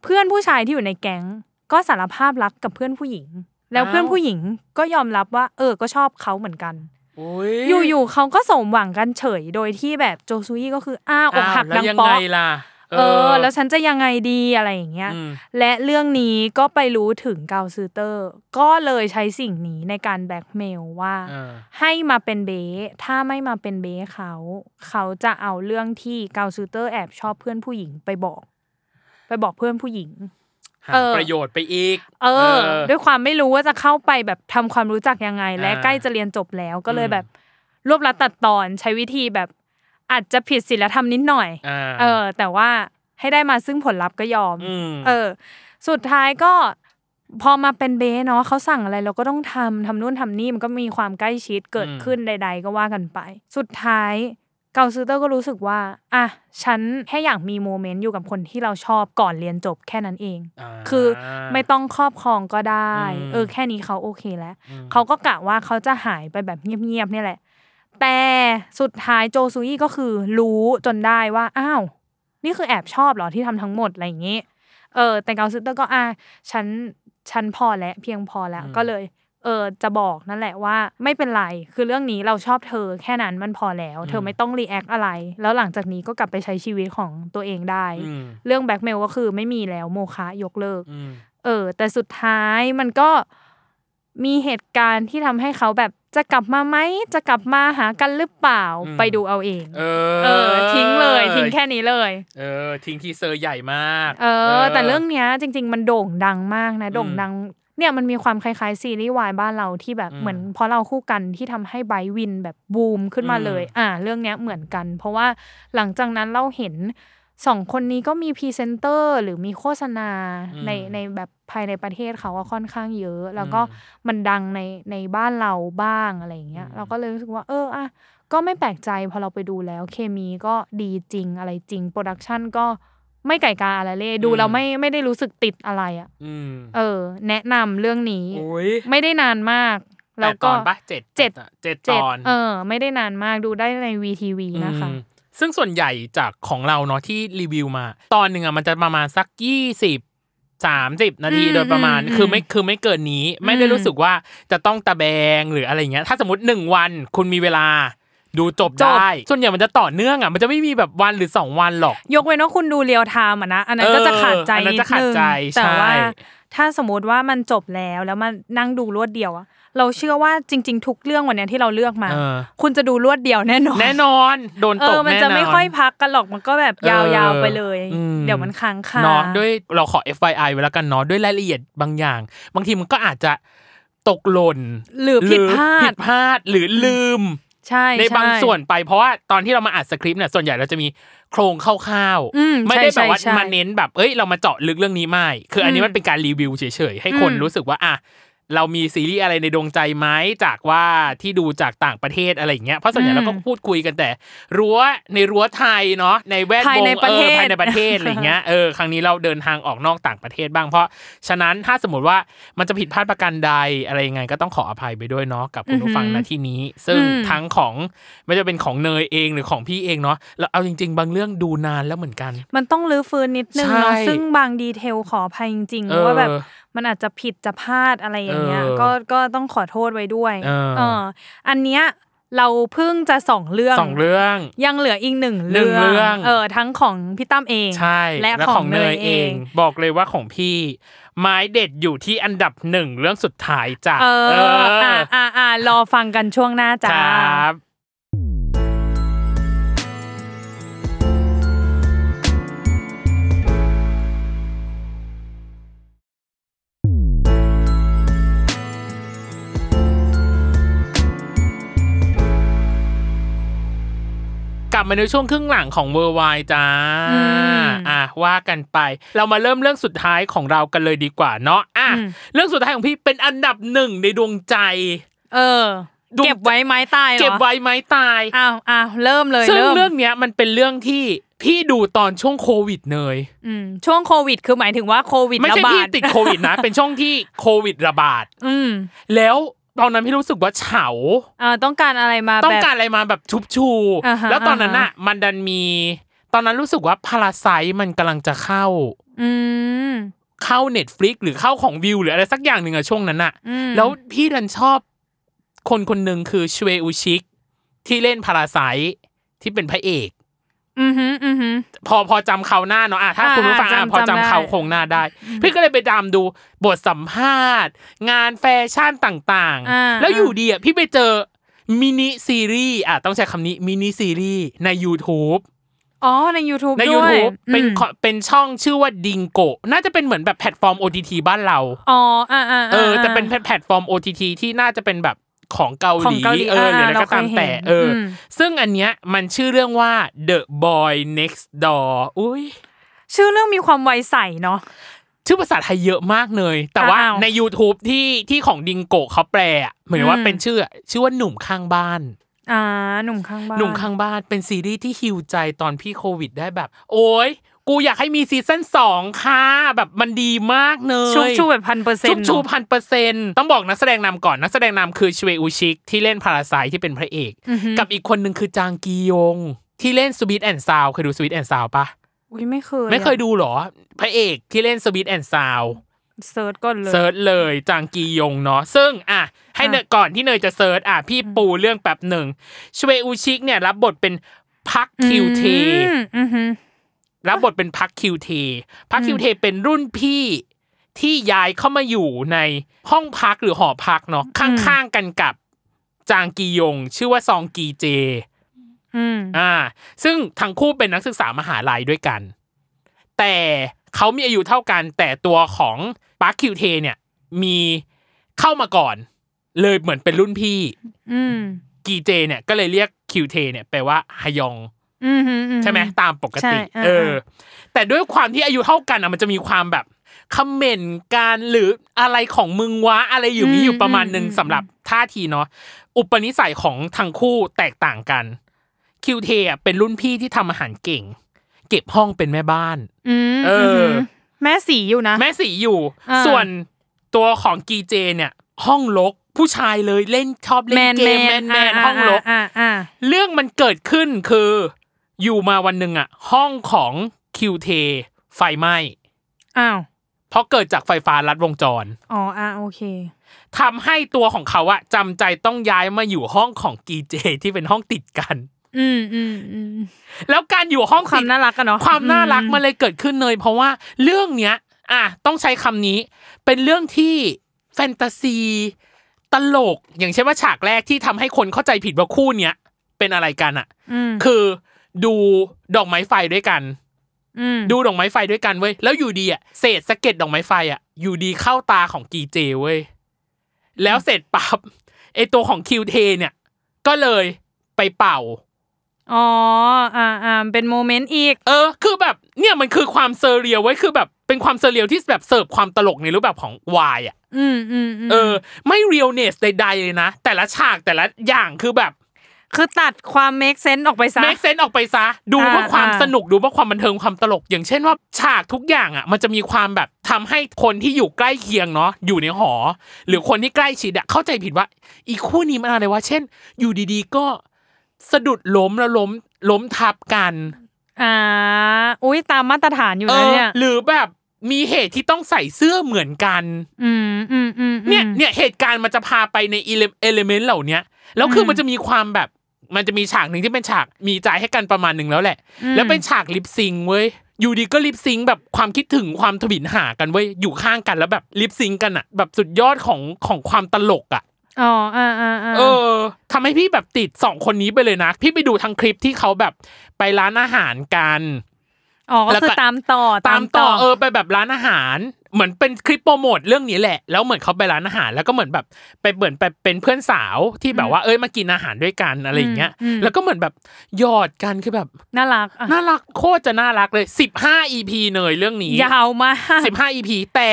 Speaker 3: เพื่อนผู้ชายที่อยู่ในแก๊ง ก็สารภาพรักกับเพื่อนผู้หญิง แล้วเพื่อนผู้หญิงก็ยอมรับว่า เออก็ชอบเขาเหมือนกัน
Speaker 2: โอ้ย
Speaker 3: อยู่ๆเขาก็สมหวังกันเฉยโดยที่แบบโจซูยี่ก็คืออ้าวอก
Speaker 2: อ้าว
Speaker 3: หัก
Speaker 2: แล้
Speaker 3: ดั
Speaker 2: ว
Speaker 3: ง
Speaker 2: ยัง
Speaker 3: เป๊
Speaker 2: ไง
Speaker 3: อ
Speaker 2: ล่ะ
Speaker 3: เออ แล้วฉันจะยังไงดีอะไรอย่างเงี้ย
Speaker 2: อืม
Speaker 3: และเรื่องนี้ก็ไปรู้ถึงเกาซือเตอร์ ก็เลยใช้สิ่งนี้ในการแบล็กเมลว่า
Speaker 2: เออ
Speaker 3: ให้มาเป็นเบสถ้าไม่มาเป็นเบสเขา เขาจะเอาเรื่องที่เกาซือเตอร์แอบชอบเพื่อนผู้หญิงไปบอก ไปบอกเพื่อนผู้หญิง
Speaker 2: หา
Speaker 3: เออ
Speaker 2: ประโยชน์ไปอีก
Speaker 3: เออ ด้วยความไม่รู้ว่าจะเข้าไปแบบทำความรู้จักยังไง และ
Speaker 2: อ่า
Speaker 3: ใกล้จะเรียนจบแล้วก็เลย
Speaker 2: อืม
Speaker 3: แบบรวบรัดตัดตอนใช้วิธีแบบอาจจะผิดศีลธรรมนิดหน่อย
Speaker 2: อ่า
Speaker 3: เออ แต่ว่าให้ได้มาซึ่งผลลัพธ์ก็ยอม
Speaker 2: ม
Speaker 3: เออ สุดท้ายก็พอมาเป็นเบสเนาะเขาสั่งอะไรเราก็ต้องทำทำนู่นทำนี่มันก็มีความใกล้ชิดเกิด
Speaker 2: อืม
Speaker 3: ขึ้นใด ๆ ก็ว่ากันไป สุดท้ายเกาซือเตอร์ก็รู้สึกว่าอ่ะฉันแค่อยากมีโมเมนต์อยู่กับคนที่เราชอบก่อนเรียนจบแค่นั้นเอง
Speaker 2: อ่า
Speaker 3: คือไม่ต้องครอบครองก็ได้
Speaker 2: อืม
Speaker 3: เออแค่นี้เขาโอเคแล้ว
Speaker 2: อืม
Speaker 3: เขาก็กะว่าเขาจะหายไปแบบเงียบๆเนี่ยแหละ แต่สุดท้ายโจซูอี้ก็คือรู้จนได้ว่าอ้าวนี่คือแอบชอบเหรอที่ทำทั้งหมดอะไรอย่างงี้ เออ แต่เกาซึเตอร์ก็อ่ะฉันฉันพอแล้วเพียงพอแล้วก็เลย เออจะบอกนั่นแหละว่า ไม่เป็นไรคือเรื่องนี้เราชอบเธอแค่นั้นมันพอแล้ว เธอไม่ต้องรีแอคอะไร แล้วหลังจากนี้ก็กลับไปใช้ชีวิตของตัวเองได้
Speaker 2: อืม
Speaker 3: เรื่องแบล็กเมลก็คือไม่มีแล้วโมคะยกเลิก
Speaker 2: อืม
Speaker 3: เออ แต่สุดท้ายมันก็มีเหตุการณ์ที่ทำให้เขาแบบจะกลับมาไหมจะกลับมาหากันหรือเปล่า
Speaker 2: อืม
Speaker 3: ไปดูเอาเอง
Speaker 2: เอ
Speaker 3: เออ ทิ้งเลยทิ้งแค่นี้เลย
Speaker 2: เออ ทิ้งที่เซอร์ใหญ่มาก
Speaker 3: เออ แต่เรื่องเนี้ยจริง ๆ มันโด่งดังมากนะ
Speaker 2: อืม
Speaker 3: โด่งดัง เนี่ยมันมีความคล้ายๆซีรีส์วายบ้านเราที่แบบ
Speaker 2: อืม
Speaker 3: เหมือนเพราะเราคู่กันที่ทำให้ไบรท์วินแบบบูมขึ้นมาเลย
Speaker 2: อืม
Speaker 3: อ่า เรื่องเนี้ยเหมือนกัน เพราะว่าหลังจากนั้นเราเห็นสองคนนี้ก็มีพรีเซนเตอร์หรือมีโฆษณาในในแบบภายในประเทศเขาว่าค่อนข้างเยอะ แล้วก็มันดังในในบ้านเราบ้างอะไรอย่างเงี้ยเราก็เลยรู้สึกว่าเอออ่ะ ก็ไม่แปลกใจพอเราไปดูแล้วเคมีก็ดีจริงอะไรจริง โปรดักชันก็ไม่ไก่กาอะไรเลยดู
Speaker 2: อืม
Speaker 3: เราไม่ไม่ได้รู้สึกติดอะไรอะ่ะ
Speaker 2: อืม
Speaker 3: เออ แนะนำเรื่องนี้
Speaker 2: โอ้ย
Speaker 3: ไม่ได้นานมาก
Speaker 2: แล้
Speaker 3: แล้ว ว
Speaker 2: ก็
Speaker 3: ก็
Speaker 2: ปะเจ็ด
Speaker 3: เจ็ด
Speaker 2: เจ็ดต
Speaker 3: เจ็ด
Speaker 2: อน
Speaker 3: เออ ไม่ได้นานมากดูได้ใน VTV นะคะ
Speaker 2: อืม ซึ่งส่วนใหญ่จากของเราเนาะที่รีวิวมา ตอนหนึ่งอะมันจะประมาณสักยี่สิบสามสิบนาที
Speaker 3: อืม
Speaker 2: โดยประมาณ
Speaker 3: อืม
Speaker 2: คือไม่คือไม่เกินนี้ ไม่ได้
Speaker 3: อืม
Speaker 2: รู้สึกว่าจะต้องตะแบงหรืออะไรเงี้ย ถ้าสมมติหนึ่งวันคุณมีเวลา ดูจบได้ ส่วนใหญ่มันจะต่อเนื่องอ่ะมันจะไม่มีแบบวันหรือสองวันหรอก
Speaker 3: ยกเว้นว่าคุณดูเรียวไทม์อะนะ อันนั้นก็จะขาดใจ
Speaker 2: เอออันนั้
Speaker 3: นิ
Speaker 2: น
Speaker 3: ด
Speaker 2: จะขาด
Speaker 3: นึง
Speaker 2: ใจใช่
Speaker 3: แต่ว่าถ้าสมมติว่ามันจบแล้วแล้วมันนั่งดูรวดเดียวอะเราเชื่อว่าจริง ๆ ทุกเรื่องวันเนี้ยที่เราเลือกมา
Speaker 2: เออ
Speaker 3: คุณจะดูรวดเดียวแน่นอน
Speaker 2: แน่นอนโดน
Speaker 3: เอ
Speaker 2: ตก
Speaker 3: อมัน
Speaker 2: แน่นอน
Speaker 3: จะไม่ค่อยพักกันหรอกมันก็แบบยาวๆไปเลย
Speaker 2: อืม
Speaker 3: เดี๋ยวมันค้างคา
Speaker 2: เนาะด้วยเราขอ FYI ไว้แล้วกันเนาะด้วยรายละเอียดบางอย่าง บางทีมันก็อาจจะตกหล่น
Speaker 3: หรือผิดพลาด
Speaker 2: ผิดพลาดหรือลืม
Speaker 3: ใช่
Speaker 2: ในบาง
Speaker 3: ช่
Speaker 2: ส่วนไปเพราะว่าตอนที่เรามาอัดสคริปต์เนี่ยส่วนใหญ่เราจะมีโครงคร่าว
Speaker 3: อืม
Speaker 2: ไม่ได้แบ
Speaker 3: ใช่
Speaker 2: บว่า
Speaker 3: ใช่ใช่
Speaker 2: มาเน้นแบบเอ้ยเรามาเจาะลึกเรื่องนี้ไม่คืออันนี้
Speaker 3: อืม
Speaker 2: มันเป็นการรีวิวเฉยๆให้คน
Speaker 3: อืม
Speaker 2: รู้สึกว่าอ่ะเรามีซีรีส์อะไรในดวงใจไหมจากว่าที่ดูจากต่างประเทศอะไรอย่างเงี้ยเพราะส่วนใหญ่
Speaker 3: อืม
Speaker 2: เราก็พูดคุยกันแต่ รั้วในรั้วไทยเนาะในแวดว
Speaker 3: ภาย
Speaker 2: ง
Speaker 3: ในประเทศ
Speaker 2: ออภายในประเทศอะไรอย่าง
Speaker 3: <laughs>
Speaker 2: เงี้ยเออครั้งนี้เราเดินทางออกนอกต่างประเทศบ้างเพราะฉะนั้นถ้าสมมติว่ามันจะผิดพลาดประการใดอะไรยังไงก็ต้องขออภัยไปด้วยเนาะกับคุณผู้ฟัง
Speaker 3: อือหื
Speaker 2: นะ
Speaker 3: อ
Speaker 2: ที่นี้ ซึ่ง
Speaker 3: อืม
Speaker 2: ทั้งของไม่ว่าจะเป็นของเนยเองหรือของพี่เองเนาะแล้วเอาจริง ๆ บางเรื่องดูนานแล้วเหมือนกัน
Speaker 3: มันต้องรื้อฟื้นนิดนึง
Speaker 2: ใช่
Speaker 3: เนาะซึ่งบางดีเทลขออภัยจริง
Speaker 2: เอ
Speaker 3: ๆ
Speaker 2: อ
Speaker 3: ว่าแบบ มันอาจจะผิดจะพลาดอะไรอย่างเงี้ย
Speaker 2: เออ
Speaker 3: ก็ก็ต้องขอโทษไว้ด้วย
Speaker 2: เออ
Speaker 3: ออันเนี้ยเราเพิ่งจะสองเรื่อง
Speaker 2: สองเรื่อง
Speaker 3: ยังเหลืออีกหนึ่ง
Speaker 2: หนึ่งเรื่อง
Speaker 3: เออทั้งของพี่ตั้มเอง
Speaker 2: ใช่
Speaker 3: และของเนยเอง
Speaker 2: บอกเลยว่าของพี่ ไม้เด็ดอยู่ที่อันดับหนึ่งเรื่องสุดท้ายจ้ะ
Speaker 3: เออ
Speaker 2: เอออ
Speaker 3: อ่าอ่าอ่ารอฟังกันช่วงหน้าจ้า
Speaker 2: ครับกลับมาในช่วงครึ่งหลังของเวอร์ไวจ้า
Speaker 3: อืม
Speaker 2: อ่ะว่ากันไป เรามาเริ่มเรื่องสุดท้ายของเรากันเลยดีกว่าเนาะอ่ะ
Speaker 3: อืม
Speaker 2: เรื่องสุดท้ายของพี่เป็นอันดับหนึ่งในดวงใจ
Speaker 3: เออ
Speaker 2: ดู
Speaker 3: เก็บไว้ไหม้ตายหรอ
Speaker 2: เก็บไว้ไหมตาย
Speaker 3: อ้าวอ้าวเริ่มเลย
Speaker 2: ซึ่ง
Speaker 3: เริ่ม
Speaker 2: เรื่องเนี้ยมันเป็นเรื่องที่พี่ดูตอนช่วงโควิดเนย
Speaker 3: อืมช่วงโควิด คือหมายถึงว่าโควิด
Speaker 2: ไม่
Speaker 3: ระ
Speaker 2: ใช่
Speaker 3: บา
Speaker 2: พี่
Speaker 3: ด
Speaker 2: ติดโควิดนะ <laughs> เป็นช่วงที่โควิดระบาด
Speaker 3: <laughs> อืม
Speaker 2: แล้วตอนนั้นพี่รู้สึกว่าเฉา
Speaker 3: อ่าต้องการอะไรมา
Speaker 2: ต้อง
Speaker 3: แบบ
Speaker 2: การอะไรมาแบบชุบชู
Speaker 3: อ่าฮะ
Speaker 2: แล้วตอนนั้น
Speaker 3: อ่า
Speaker 2: อ่ะ
Speaker 3: ฮะ
Speaker 2: มันดันมี ตอนนั้นรู้สึกว่าพาราไซมันกำลังจะเข้า
Speaker 3: อืม
Speaker 2: เข้า Netflix หรือเข้าของวิวหรืออะไรสักอย่างหนึ่งอะช่วงนั้นอะ
Speaker 3: อืม
Speaker 2: แล้วพี่ดันชอบคนคนหนึ่งคือชเวอุชิกที่เล่นพาราไซที่เป็นพระเอก
Speaker 3: อือหืออือหือ
Speaker 2: พอพอจำเขาหน้าเนาะอ่ะถ้า
Speaker 3: อ่า
Speaker 2: คุณผู้ฟังอ่ะ
Speaker 3: จำ
Speaker 2: พอจำ
Speaker 3: จำได้
Speaker 2: เขาโครงหน้าได้ พี่ก็เลยไปตามดูบทสัมภาษณ์ งานแฟชั่นต่าง
Speaker 3: อ่า
Speaker 2: ๆ แล้วอยู่ดีอ่ะพี่ไปเจอมินิซีรีส์อ่ะต้องใช้คำนี้มินิซีรีส์ใน YouTube
Speaker 3: อ๋อ ใน YouTube
Speaker 2: ใน
Speaker 3: ด้วย
Speaker 2: YouTube เป็น
Speaker 3: อืม
Speaker 2: ขอเป็นช่องชื่อว่าดิงโกน่าจะเป็นเหมือนแบบแพลตฟอร์ม OTT บ้านเรา
Speaker 3: อ๋ออ่าอ่าา
Speaker 2: เออแต่เป็นแพลตฟอร์ม OTT ที่น่าจะเป็นแบบของเกาห
Speaker 3: ของ
Speaker 2: ลี
Speaker 3: เกาหลี
Speaker 2: เออหรืออะไร
Speaker 3: อ่า
Speaker 2: ก็ตามแต่
Speaker 3: เราเคยเห็น
Speaker 2: เอออ
Speaker 3: ม
Speaker 2: ซึ่งอันเนี้ยมันชื่อเรื่องว่า The Boy Next Door อุ้ย
Speaker 3: ชื่อเรื่องมีความไวยใสเนาะ
Speaker 2: ชื่อภาษาไทยเยอะมากเลย แต่ว่า
Speaker 3: อ้าว
Speaker 2: ใน YouTube ที่ที่ของดิงโกะเขาแปลอะเหมือนว่า
Speaker 3: อืม
Speaker 2: เป็นชื่ออะชื่อว่าหนุ่มข้างบ้าน
Speaker 3: อ่า หนุ่มข้างบ้าน
Speaker 2: หนุ่มข้างบ้านเป็นซีรีส์ที่ฮิวใจตอนพี่โควิดได้แบบ โอ๊ย กูอยากให้มีซีซั่นสองค่ะ แบบมันดีมากเนย
Speaker 3: ชูบชูแบบพันเปอร์เซ็น
Speaker 2: ชุบ
Speaker 3: ต์
Speaker 2: ชูพันเปอร์เซ็นต์ต้องบอกนักแสดงนำก่อน นักแสดงนำคือชเวอุชิก ที่เล่นพาราไซที่เป็นพระเอก กับอีกคนหนึ่งคือจางกียง ที่เล่นสวิตแอนซาวเคยดูสวิตแอนซาวปะ
Speaker 3: อุ้ยไม่เคย
Speaker 2: ไม่เคย
Speaker 3: อะ
Speaker 2: ดูเหรอ พระเอกที่เล่นสวิตแอนซาว
Speaker 3: เซิร์ชก่อนเลย
Speaker 2: เซิร์ชเลยจางกียงเนาะซึ่งอ่ะให้เนยก่อนที่เนยจะเซิร์ชอ่ะพี่ปูเรื่องแป๊บหนึ่งชเวอุชิกเนี่ยรับบทเป็นพักคิวเท
Speaker 3: อืมอือหือ
Speaker 2: รับบทเป็นพักคิวเทพักคิวเทเป็นรุ่นพี่ที่ย้ายเข้ามาอยู่ในห้องพักหรือหอพักเนาะข้างๆกันกับจางกียง ชื่อว่าซองกีเจ
Speaker 3: อืม
Speaker 2: อ่า ซึ่งทั้งคู่เป็นนักศึกษามหาลัยด้วยกัน แต่เขามีอายุเท่ากัน แต่ตัวของปาร์คคิวเทเนี่ยมีเข้ามาก่อน เลยเหมือนเป็นรุ่นพี่
Speaker 3: อืม
Speaker 2: กีเจเนี่ยก็เลยเรียกคิวเทเนี่ยแปลว่าฮยอง
Speaker 3: อือหืออืออ
Speaker 2: ใช่ไหมตามปกติ
Speaker 3: ใช่อ่า
Speaker 2: เออ แต่ด้วยความที่อายุเท่ากันอ่ะมันจะมีความแบบคอมเมนต์การหรืออะไรของมึงวะอะไรอยู่นี้
Speaker 3: อืม
Speaker 2: อยู่ประมาณหนึ่ง
Speaker 3: อืม
Speaker 2: สำหรับท่าทีเนาะอุปนิสัยของทั้งคู่แตกต่างกันคิวเทอ่ะเป็นรุ่นพี่ที่ทำอาหารเก่ง เก็บห้องเป็นแม่บ้าน
Speaker 3: อืม
Speaker 2: เอออื
Speaker 3: อหือแม่สีอยู่นะ
Speaker 2: แม่สีอยู่
Speaker 3: อ่า
Speaker 2: ส่วนตัวของกีเจเนี่ย ห้องลกผู้ชายเลยเล่นชอบเล่นเกมแมนแมน
Speaker 3: า
Speaker 2: ห้องลก
Speaker 3: อ่าอ่าอ่า
Speaker 2: เรื่องมันเกิดขึ้นคือ อยู่มาวันหนึ่งอะห้องของคิวเทไฟไหม้
Speaker 3: อ้าว
Speaker 2: เพราะเกิดจากไฟฟ้าลัดวงจร
Speaker 3: อ๋ออ่ะโอเค
Speaker 2: ทำให้ตัวของเขาอะจำใจต้องย้ายมาอยู่ห้องของกีเจที่เป็นห้องติดกัน
Speaker 3: อืมอืมอืม
Speaker 2: แล้วการอยู่ห้อง
Speaker 3: ความ
Speaker 2: ติด
Speaker 3: น่ารักกันเนาะ
Speaker 2: ความน่ารักมัน
Speaker 3: อื
Speaker 2: เลยเกิดขึ้นเลย เพราะว่าเรื่องเนี้ย อ่ะต้องใช้คำนี้ เป็นเรื่องที่แฟนตาซี ตลก อย่างเช่นว่าฉากแรกที่ทำให้คนเข้าใจผิดว่าคู่เนี้ยเป็นอะไรกันอ่ะ
Speaker 3: อืม
Speaker 2: คือดูดอกไม้ไฟด้วยกัน
Speaker 3: อืม
Speaker 2: ดูดอกไม้ไฟด้วยกันเว้ยแล้วอยู่ดีอ่ะเศษสะเก็ดดอกไม้ไฟอ่ะ อยู่ดีเข้าตาของกีเจเว้ยแล้วเสร็จปั๊บ <laughs> ไอตัวของคิวเทเนี่ย ก็เลยไปเป่า
Speaker 3: อ๋ออ่าอ่าเป็นโมเมนต์อีก
Speaker 2: เออคือแบบเนี่ยมันคือความเซอร์เรียลไว้ยคือแบบเป็นความเซอร์เรียลที่แบบเสิร์ฟความตลกในรูปแบบของวายอ่ะ
Speaker 3: อืมอืมอืม
Speaker 2: เออ ไม่เรียลเนสใดๆเลยนะ แต่ละฉากแต่ละอย่างคือแบบ
Speaker 3: คือตัดความเมคเซนต์ออกไปซะ
Speaker 2: แม็กเซนออกไปซะ ดูเพื่อ
Speaker 3: อ่า
Speaker 2: ความ
Speaker 3: อ่า
Speaker 2: สนุกดูเพื่อความบันเทิงความตลก อย่างเช่นว่าฉากทุกอย่างอ่ะ มันจะมีความแบบทำให้คนที่อยู่ใกล้เคียงเนาะอยู่ในหอ หรือคนที่ใกล้ชิดอ่ะเข้าใจผิดว่า อีคู่นี้มันอะไรวะเช่น อยู่ดีๆ ก็สะดุดล้มแล้วล้มล้มทับกัน
Speaker 3: อ่า อุ้ยตามมาตรฐานอยู่
Speaker 2: เอ
Speaker 3: นะ
Speaker 2: อ
Speaker 3: เนี่ย
Speaker 2: หรือแบบมีเหตุที่ต้องใส่เสื้อเหมือนกัน
Speaker 3: อืมอืมอืมอืม
Speaker 2: เนี่ยเนี่ยเหตุการณ์มันจะพาไปในเอเลเมนต์เหล่าเนี้ยแล้วคืออ
Speaker 3: ม
Speaker 2: มันจะมีความแบบมันจะมีฉากหนึ่งที่เป็นฉากมีใจให้กันประมาณหนึ่งแล้วแหละ
Speaker 3: อืม
Speaker 2: แล้วเป็นฉากลิปซิงค์เว้ยอยู่ดีก็ลิปซิงค์แบบความคิดถึงความทวินหากันเว้ยอยู่ข้างกันแล้วแบบลิปซิงค์กันอะแบบสุดยอดของของความตลกอะ
Speaker 3: อ๋ออ่าอ่าอ่า
Speaker 2: เออทำให้พี่แบบติดสองคนนี้ไปเลยนะ พี่ไปดูทั้งคลิปที่เขาแบบไปร้านอาหารกัน
Speaker 3: อ๋อก็
Speaker 2: แล้ว
Speaker 3: คื
Speaker 2: ก็
Speaker 3: อตามต่อ
Speaker 2: ตามต่อเออไปแบบร้านอาหาร เหมือนเป็นคลิปโปรโมทเรื่องนี้แหละ แล้วเหมือนเขาไปร้านอาหาร แล้วก็เหมือนแบบไปเหมือนไปเป็นเพื่อนสาวที่แบบว่าเอ้ยมากินอาหารด้วยกันอะไรอย่างเงี้ย
Speaker 3: มม
Speaker 2: แล้วก็เหมือนแบบหยอดกันคือแบบ
Speaker 3: น่ารักอ่ะ
Speaker 2: น่ารักโคตรจะน่ารักเลย 15 EP เนยเรื่องนี้
Speaker 3: ยาวมาก
Speaker 2: 15 EP แต่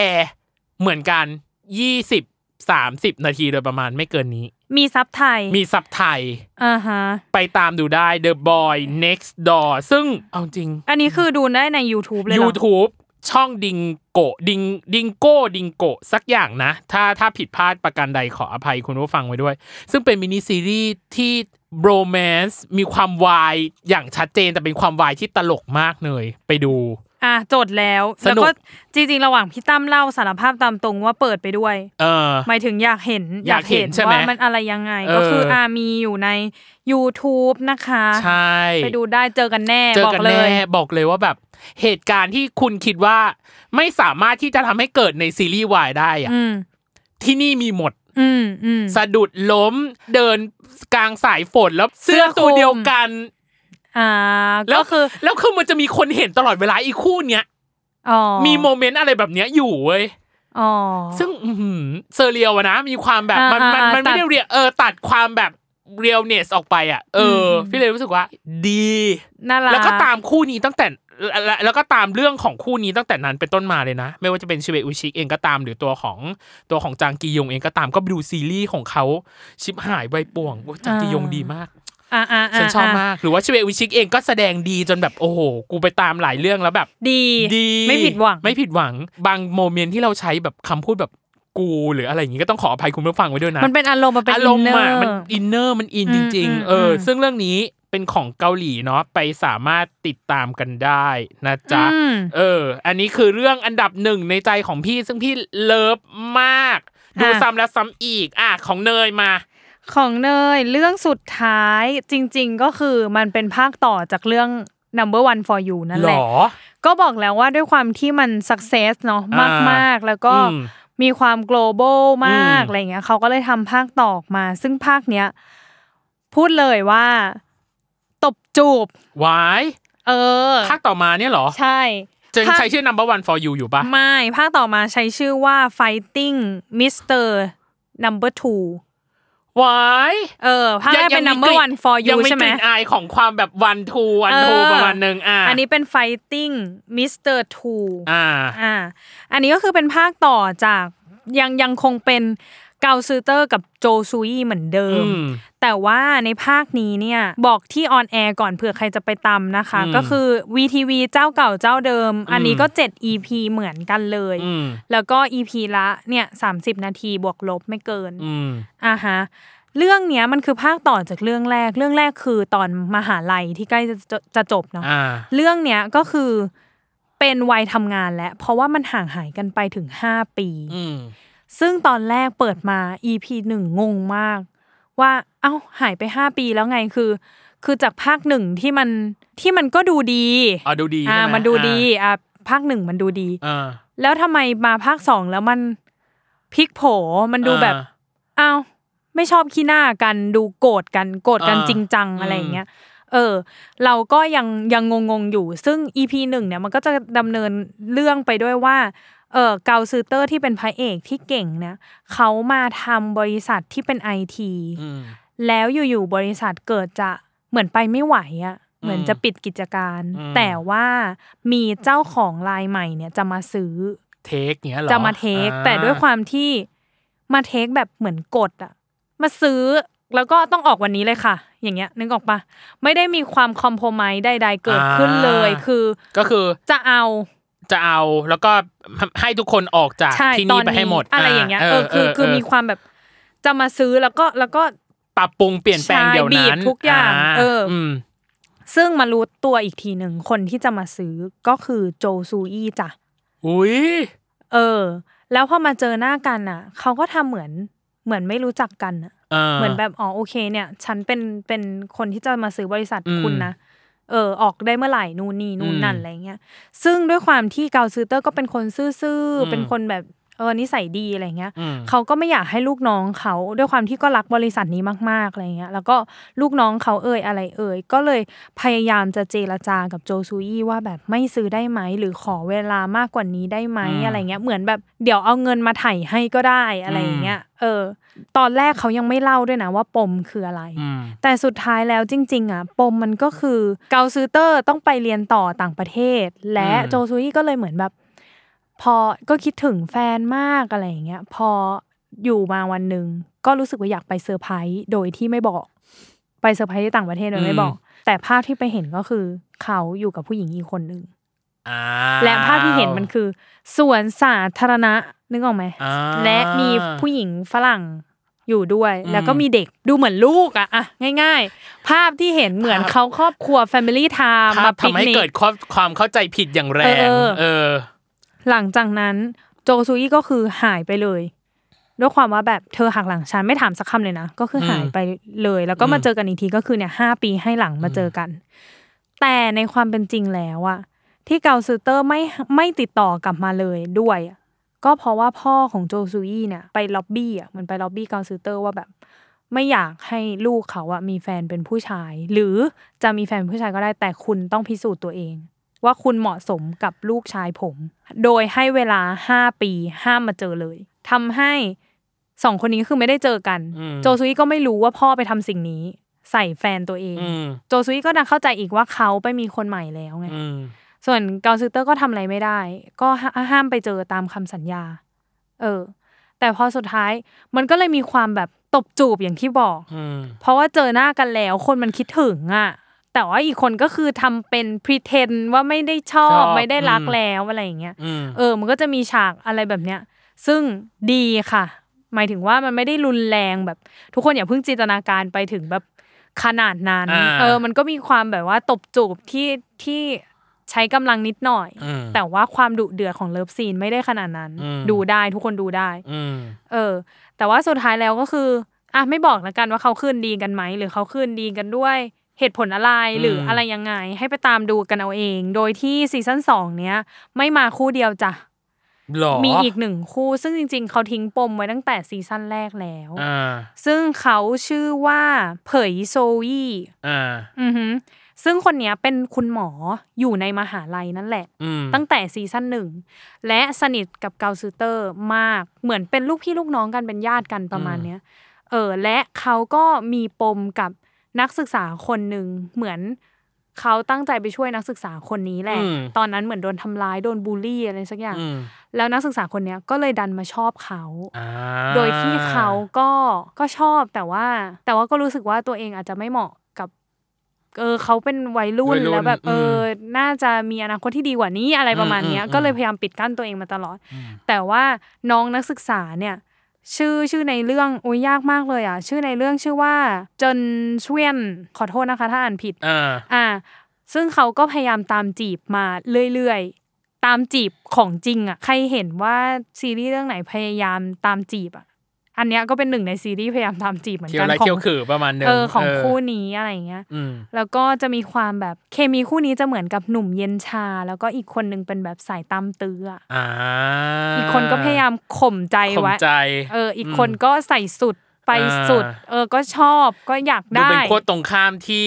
Speaker 2: เหมือนกัน 20 30 นาทีโดยประมาณไม่เกินนี้
Speaker 3: มีซับไทย
Speaker 2: มีซับไทย
Speaker 3: อ่าฮะ
Speaker 2: ไปตามดูได้ The Boy Next Door ซึ่งเอาจริง
Speaker 3: อันนี้คือดูได้ใน YouTube เลยเหรอ
Speaker 2: YouTube ช่องดิงโกะดิงดิงโก้ดิงโกะสักอย่างนะ ถ้าถ้าผิดพลาดประการใดขออภัยคุณผู้ฟังไว้ด้วย ซึ่งเป็นมินิซีรีส์ที่โรแมน c ์มีความวายอย่างชัดเจนแต่เป็นความวายที่ตลกมากเลย ไปดู
Speaker 3: อ่ะจดแล้ว
Speaker 2: สนุก
Speaker 3: แล้วก็จริงๆ ระหว่างพี่ตั้มเล่าสารภาพตามตรงว่าเปิดไปด้วย
Speaker 2: เออ
Speaker 3: หมายถึงอยากเห็น
Speaker 2: อยากเห็นใช่ไหม
Speaker 3: ว่ามันอะไรยังไง
Speaker 2: เออ
Speaker 3: ก็คืออามีอยู่ใน YouTube นะคะ
Speaker 2: ใช่
Speaker 3: ไปดูได้เจอกันแน่
Speaker 2: เจอบ
Speaker 3: อ
Speaker 2: กัน
Speaker 3: กเล
Speaker 2: แน่
Speaker 3: ย
Speaker 2: บอกเลยว่าแบบ เหตุการณ์ที่คุณคิดว่าไม่สามารถที่จะทำให้เกิดในซีรีส์วายได้อะ
Speaker 3: อืม
Speaker 2: ที่นี่มีหมด
Speaker 3: อืมอืม
Speaker 2: สะดุดล้มเดินกลางสายฝนแล้วเสื้อ
Speaker 3: เสื้อคลุม
Speaker 2: ตัวเดียวกัน
Speaker 3: อ่า
Speaker 2: แล้ว
Speaker 3: ก็คือ
Speaker 2: แล้วคือมันจะมีคนเห็นตลอดเวลาอีกคู่เนี้ย
Speaker 3: อ๋อ
Speaker 2: มีโมเมนต์อะไรแบบเนี้ยอยู่เว้ย
Speaker 3: อ๋อ
Speaker 2: ซึ่งอื้อหือเซอร์เรียลอะนะมีความแบบมัน
Speaker 3: อ่า
Speaker 2: มัน
Speaker 3: อ่า
Speaker 2: มันไม่
Speaker 3: ตัด
Speaker 2: ได้เรียเออตัดความแบบเรียลเนสออกไปอ่ะเอออ
Speaker 3: ม
Speaker 2: พี่เลยรู้สึกว่า ดี
Speaker 3: น่ารัก
Speaker 2: แล้วก็ตามคู่นี้ตั้งแต่แล้วแล้วแล้วก็ตามเรื่องของคู่นี้ตั้งแต่นั้นเป็นต้นมาเลยนะ ไม่ว่าจะเป็นชิเวอุชิเองก็ตามหรือตัวของตัวของจางกียงเองก็ตามก็ไปดูซีรีส์ของเขาชิบหายใบป่วงโอ้ยจางกียงดีมาก
Speaker 3: อ่าอ่า
Speaker 2: ฉันชอบมาก หรือว่าชิเวอุชิเองก็แสดงดีจนแบบโอ้โห กูไปตามหลายเรื่องแล้วแบบ
Speaker 3: ดี
Speaker 2: ดี
Speaker 3: ไม่ผิดหวัง
Speaker 2: ไม่ผิดหวัง บางโมเมนต์ที่เราใช้แบบคำพูดแบบกูหรืออะไรอย่างงี้ก็ต้องขออภัยคุณผู้ฟังไว้ด้วยนะ
Speaker 3: มันเป็นอารมณ์มันเป็น
Speaker 2: อารมณ์อะ
Speaker 3: อินเนอร์
Speaker 2: มันอินเนอร์มันอิน
Speaker 3: อืม
Speaker 2: จริง
Speaker 3: อืม
Speaker 2: ๆ เอออ
Speaker 3: ม
Speaker 2: ซึ่งเรื่องนี้เป็นของเกาหลีเนาะไปสามารถติดตามกันได้นะจ๊ะ
Speaker 3: อืม
Speaker 2: เออ อันนี้คือเรื่องอันดับหนึ่งในใจของพี่ซึ่งพี่เลิฟมาก ดู
Speaker 3: อ่ะ
Speaker 2: ซ้ำแล้วซ้ำอีกอ่ะของเนยมา
Speaker 3: ของเนยเรื่องสุดท้ายจริง ๆ ก็คือมันเป็นภาคต่อจากเรื่อง number one for you นั่น
Speaker 2: หร
Speaker 3: แหละ
Speaker 2: อ
Speaker 3: ก็บอกแล้วว่าด้วยความที่มัน success เนาะ
Speaker 2: อ่าม
Speaker 3: มาก ๆ แล้วก็
Speaker 2: อืม
Speaker 3: มีความ global มาก
Speaker 2: อืม
Speaker 3: อะไรเงี้ยเขาก็เลยทำภาคต่อออกมา ซึ่งภาคเนี้ย พูดเลยว่า ตบจูบ
Speaker 2: วาย
Speaker 3: เออ
Speaker 2: ภาคต่อมาเนี่ยเหรอ
Speaker 3: ใช่
Speaker 2: จะ
Speaker 3: ภาค
Speaker 2: ใช้ชื่อ number one for you อยู่ปะ
Speaker 3: ไม่ภาคต่อมาใช้ชื่อว่า fighting Mr. Number Two
Speaker 2: วาย
Speaker 3: เออภาคแรกเป็น number one for you
Speaker 2: ยังไม่
Speaker 3: ใช่
Speaker 2: ก
Speaker 3: ไหม
Speaker 2: ลิ่นอายของความแบบ one two one
Speaker 3: เออ
Speaker 2: two ประมาณหนึ่งอ่า
Speaker 3: อันนี้เป็น fighting Mr. Two
Speaker 2: อ่า
Speaker 3: อ่า อันนี้ก็คือเป็นภาคต่อจากยังยังคงเป็นเกาซูเตอร์กับโจซูยเหมือนเดิ
Speaker 2: อืม
Speaker 3: แต่ว่าในภาคนี้เนี่ยบอกที่ออนแอร์ก่อนเผื่อใครจะไปตามนะคะ
Speaker 2: อืม
Speaker 3: ก็คือ VTV เจ้าเก่าเจ้าเดิม อันนี้ก็ 7 EP เหมือนกันเลย
Speaker 2: อืม
Speaker 3: แล้วก็ EP ละเนี่ย30 นาทีบวกลบไม่เกิน
Speaker 2: อืม
Speaker 3: อ่าฮะ เรื่องเนี้ยมันคือภาคต่อจากเรื่องแรก เรื่องแรกคือตอนมหาลัยที่ใกล้จะจะจะจบเนาะ
Speaker 2: อ่า
Speaker 3: เรื่องเนี้ยก็คือเป็นวัยทำงานแล้ว เพราะว่ามันห่างหายกันไปถึง 5 ปี
Speaker 2: อืม
Speaker 3: ซึ่งตอนแรกเปิดมา EP หนึ่งงงมาก ว่าเอ้าหายไป 5 ปีแล้วไงคือ คือจากภาคหนึ่งที่มันที่มันก็ดูดี
Speaker 2: อ๋อดูดี
Speaker 3: อ่า
Speaker 2: ใช่ไหม
Speaker 3: มันดู
Speaker 2: อ่า
Speaker 3: ดีอ่าภาคหนึ่งมันดูดี
Speaker 2: อ่า
Speaker 3: แล้วทำไมมาภาคสองแล้วมันพลิกโผมันดูแบบ
Speaker 2: อ่า
Speaker 3: อ้าวไม่ชอบขี้หน้ากันดูโกรธกันโกรธกัน
Speaker 2: อ่า
Speaker 3: จริงจัง
Speaker 2: อืม
Speaker 3: อะไรอย่างเงี้ยเออ เราก็ยังยังงงๆอยู่ ซึ่ง EP หนึ่งเนี่ยมันก็จะดำเนินเรื่องไปด้วยว่าเออเกาซือเตอร์ที่เป็นพระเอกที่เก่งเนี่ยเขามาทำบริษัทที่เป็นไอที
Speaker 2: อืม
Speaker 3: แล้วอยู่ๆบริษัทเกิดจะเหมือนไปไม่ไหวอะเหมือนจะปิดกิจการ
Speaker 2: อืม
Speaker 3: แต่ว่ามีเจ้าของรายใหม่เนี่ยจะมาซื้อ
Speaker 2: เทคเนี้ยเหรอ
Speaker 3: จะมาเทค
Speaker 2: อ่
Speaker 3: แต่ด้วยความที่มาเทคแบบเหมือนกดอะมาซื้อแล้วก็ต้องออกวันนี้เลยค่ะ อย่างเงี้ยนึกออกปะไม่ได้มีความคอมโพมไยใดๆเกิดขึ้นเลยคือ
Speaker 2: ก็คือ
Speaker 3: จะเอา
Speaker 2: จะเอาแล้วก็ให้ทุกคนออกจาก
Speaker 3: ใช่
Speaker 2: ที่
Speaker 3: ตอ
Speaker 2: นี่
Speaker 3: น
Speaker 2: ไปให้
Speaker 3: นี้
Speaker 2: หมด
Speaker 3: อะไรอย่างเงี้ยเออคือคือมีความแบบจะมาซื้อแล้วก็แล้วก็
Speaker 2: ปรับปรุงเปลี่ยนแปลงเดี๋ยวนั้น
Speaker 3: ใช่บีบทุกอย่างเอออื
Speaker 2: ม
Speaker 3: ซึ่งมารู้ตัวอีกทีหนึ่งคนที่จะมาซื้อก็คือโจซูอี้จ้ะ
Speaker 2: อุ้ย
Speaker 3: เออ แล้วพอมาเจอหน้ากันอ่ะเขาก็ทำเหมือนเหมือนไม่รู้จักกันอะ เหมือนแบบอ๋อโอเคเนี่ย ฉันเป็นเป็นคนที่จะมาซื้อบริษัท
Speaker 2: อืม
Speaker 3: คุณนะเออออกได้เมื่อไหร่นู่นนี่นู่นนั่น
Speaker 2: อืม
Speaker 3: อะไรเงี้ยซึ่งด้วยความที่เกาซื้อเตอร์ก็เป็นคนซื่อ
Speaker 2: อืม
Speaker 3: ๆเป็นคนแบบเออนิสัยดีอะไรเงี้ย
Speaker 2: อืม
Speaker 3: เขาก็ไม่อยากให้ลูกน้องเขาด้วยความที่ก็รักบริษัทนี้มากๆอะไรเงี้ยแล้วก็ลูกน้องเขาเอ่ยอะไรเอ่ยก็เลยพยายามจะเจรจากับโจซูยี่ว่าแบบไม่ซื้อได้ไหมหรือขอเวลามากกว่านี้ได้ไหม
Speaker 2: อืม
Speaker 3: อะไรเงี้ยเหมือนแบบเดี๋ยวเอาเงินมาไถ่ให้ก็ได้อะไรอย่างเงี้ยเออ ตอนแรกเขายังไม่เล่าด้วยนะว่าปมคืออะไร
Speaker 2: อืม
Speaker 3: แต่สุดท้ายแล้วจริง ๆ อ่ะ ปมมันก็คือเกาซือเตอร์ต้องไปเรียนต่อต่างประเทศ และ
Speaker 2: อืม
Speaker 3: โจซุยก็เลยเหมือนแบบ พอก็คิดถึงแฟนมากอะไรอย่างเงี้ย พออยู่มาวันหนึ่งก็รู้สึกว่าอยากไปเซอร์ไพรส์โดยที่ไม่บอก ไปเซอร์ไพรส์ที่ต่างประเทศโดยไม่บอก แต่ภาพที่ไปเห็นก็คือเขาอยู่กับผู้หญิงอีกคนหนึ่ง
Speaker 2: อ้าว
Speaker 3: และภาพที่เห็นมันคือสวนสาธารณะนึกออกไหม
Speaker 2: อ่า
Speaker 3: และมีผู้หญิงฝรั่งอยู่ด้วย
Speaker 2: อืม
Speaker 3: แล้วก็มีเด็กดูเหมือนลูกอะอะง่าย ๆ ภาพที่เห็นเหมือน
Speaker 2: ภาพ
Speaker 3: เขาครอบครัว Family Time
Speaker 2: ภา
Speaker 3: มา
Speaker 2: พ
Speaker 3: ปิก
Speaker 2: ทำให้
Speaker 3: นิ
Speaker 2: เกิด
Speaker 3: ก
Speaker 2: ความความเข้าใจผิดอย่างแรง
Speaker 3: เออเออ
Speaker 2: เออ
Speaker 3: หลังจากนั้นโจซูอี้ก็คือหายไปเลย ด้วยความว่าแบบเธอหักหลังฉันไม่ถามสักคำเลยนะ ก็คืออ
Speaker 2: ม
Speaker 3: หายไปเลย แล้วก็มา
Speaker 2: อืม
Speaker 3: เจอกันอีกทีก็คือเนี่ยห้าปีให้หลังมาเจอกัน แต่ในความเป็นจริงแล้วอะที่เกาซูเตอร์ไม่ไม่ติดต่อกลับมาเลยด้วยอะก็เพราะว่าพ่อของโจซูอี้เนี่ยไปล็อบบี้อะเหมันไปล็อบบี้เกาซูเตอร์ว่าแบบ ไม่อยากให้ลูกเขาอะมีแฟนเป็นผู้ชาย หรือจะมีแฟนเป็นผู้ชายก็ได้แต่คุณต้องพิสูจน์ตัวเอง ว่าคุณเหมาะสมกับลูกชายผม โดยให้เวลาห้าปีห้ามมาเจอเลยทำให้สองคนนี้คือไม่ได้เจอกัน
Speaker 2: อืม
Speaker 3: โจซูอี้ก็ไม่รู้ว่าพ่อไปทำสิ่งนี้ ใส่แฟนตัวเอง
Speaker 2: อืม
Speaker 3: โจซุยก็ดังเข้าใจอีกว่าเขาไปมีคนใหม่แล้วไง
Speaker 2: อืม
Speaker 3: ส่วนเกาซูเตอร์ก็ทำอะไรไม่ได้ ก็ห้าห้ามไปเจอตามคำสัญญา เออ แต่พอสุดท้ายมันก็เลยมีความแบบตบจูบอย่างที่บอก
Speaker 2: อืม
Speaker 3: เพราะว่าเจอหน้ากันแล้วคนมันคิดถึงอะแต่ว่าอีกคนก็คือทำเป็นพรีเทนว่าไม่ได้ชอ
Speaker 2: ช
Speaker 3: บ
Speaker 2: อบ
Speaker 3: ไม่ได้รัก
Speaker 2: อืม
Speaker 3: แล้วอะไรอย่างเงี้ย
Speaker 2: อืม
Speaker 3: เออ มันก็จะมีฉากอะไรแบบเนี้ย ซึ่งดีค่ะ หมายถึงว่ามันไม่ได้รุนแรงแบบ ทุกคนอย่าเพิ่งจินตนาการไปถึงแบบขนาดนั้น
Speaker 2: อ่า
Speaker 3: เออ มันก็มีความแบบว่าตบจูบที่ที่ใช้กำลังนิดหน่อย
Speaker 2: อืม
Speaker 3: แต่ว่าความดุเดือดของเลิฟซีนไม่ได้ขนาดนั้น
Speaker 2: อืม
Speaker 3: ดูได้ทุกคนดูได้
Speaker 2: อืม
Speaker 3: เออ แต่ว่าสุดท้ายแล้วก็คือ อ่ะไม่บอกแล้วกันว่าเขาคืนดีกันไหม หรือเขาคืนดีกันด้วยเหตุผลอะไร
Speaker 2: อืม
Speaker 3: หรืออะไรยังไง ให้ไปตามดูกันเอาเอง โดยที่ซีซั่นสองเนี้ย ไม่มาคู่เดียวจ้ะ
Speaker 2: หรอ
Speaker 3: มีอีกหนึ่งคู่ ซึ่งจริง ๆ เขาทิ้งปมไว้ตั้งแต่ซีซั่นแรกแล้ว
Speaker 2: อ่า
Speaker 3: ซึ่งเขาชื่อว่าเผยโซวี่
Speaker 2: อ่า
Speaker 3: อือหือซึ่งคนเนี้ยเป็นคุณหมออยู่ในมหาลัยนั่นแหละ
Speaker 2: อืม
Speaker 3: ตั้งแต่ซีซั่นหนึ่ง และสนิทกับเกาซูเตอร์มากเหมือนเป็นลูกพี่ลูกน้องกันเป็นญาติกันประมาณเนี้ยเออและเขาก็มีปมกับนักศึกษาคนหนึ่งเหมือนเขาตั้งใจไปช่วยนักศึกษาคนนี้แหละ
Speaker 2: อืม
Speaker 3: ตอนนั้นเหมือนโดนทำร้ายโดนบูลลี่อะไรสักอย่าง
Speaker 2: อืม
Speaker 3: แล้วนักศึกษาคนเนี้ยก็เลยดันมาชอบเขา
Speaker 2: อ่า
Speaker 3: โดยที่เขาก็ก็ชอบแต่ว่า แต่ว่าก็รู้สึกว่าตัวเองอาจจะไม่เหมาะกับ เออเขาเป็นวัยรุ่นแล้วแบบ เออ น่าจะมีอนาคตที่ดีกว่านี้อะไรประมาณเนี้ย ก็เลยพยายามปิดกั้นตัวเองมาตลอด แต่ว่าน้องนักศึกษาเนี่ย ชื่อชื่อในเรื่องอุ้ยยากมากเลยอ่ะ ชื่อในเรื่องชื่อว่าเจนเชวียนขอโทษนะคะถ้าอ่านผิด
Speaker 2: อ่า
Speaker 3: อ่า ซึ่งเขาก็พยายามตามจีบมาเรื่อยๆ ตามจีบของจริงอ่ะ ใครเห็นว่าซีรีส์เรื่องไหนพยายามตามจีบอ่ะ อันเนี้ยก็เป็นหนึ่งในซีรีส์พยายามตามจีบเหมือน
Speaker 2: เที่ย
Speaker 3: กั
Speaker 2: วนไร
Speaker 3: ของ
Speaker 2: เที่ยวคือประมาณหนึง
Speaker 3: เออของ
Speaker 2: เ
Speaker 3: คู่นี้อะไรอย่างเงี้ย
Speaker 2: อืม
Speaker 3: แล้วก็จะมีความแบบเคมีคู่นี้จะเหมือนกับหนุ่มเย็นชา แล้วก็อีกคนนึงเป็นแบบสายตามตื้ออ่ะ
Speaker 2: อ่า
Speaker 3: อีกคนก็พยายามข่มใจ
Speaker 2: ข่ม
Speaker 3: ไว้
Speaker 2: ใจ
Speaker 3: เออ อีกคนก็ใส่สุดไป
Speaker 2: อ่า
Speaker 3: สุด เออ ก็ชอบก็อยาก
Speaker 2: ดู
Speaker 3: ได้
Speaker 2: เป็นขั้วตรงข้ามที่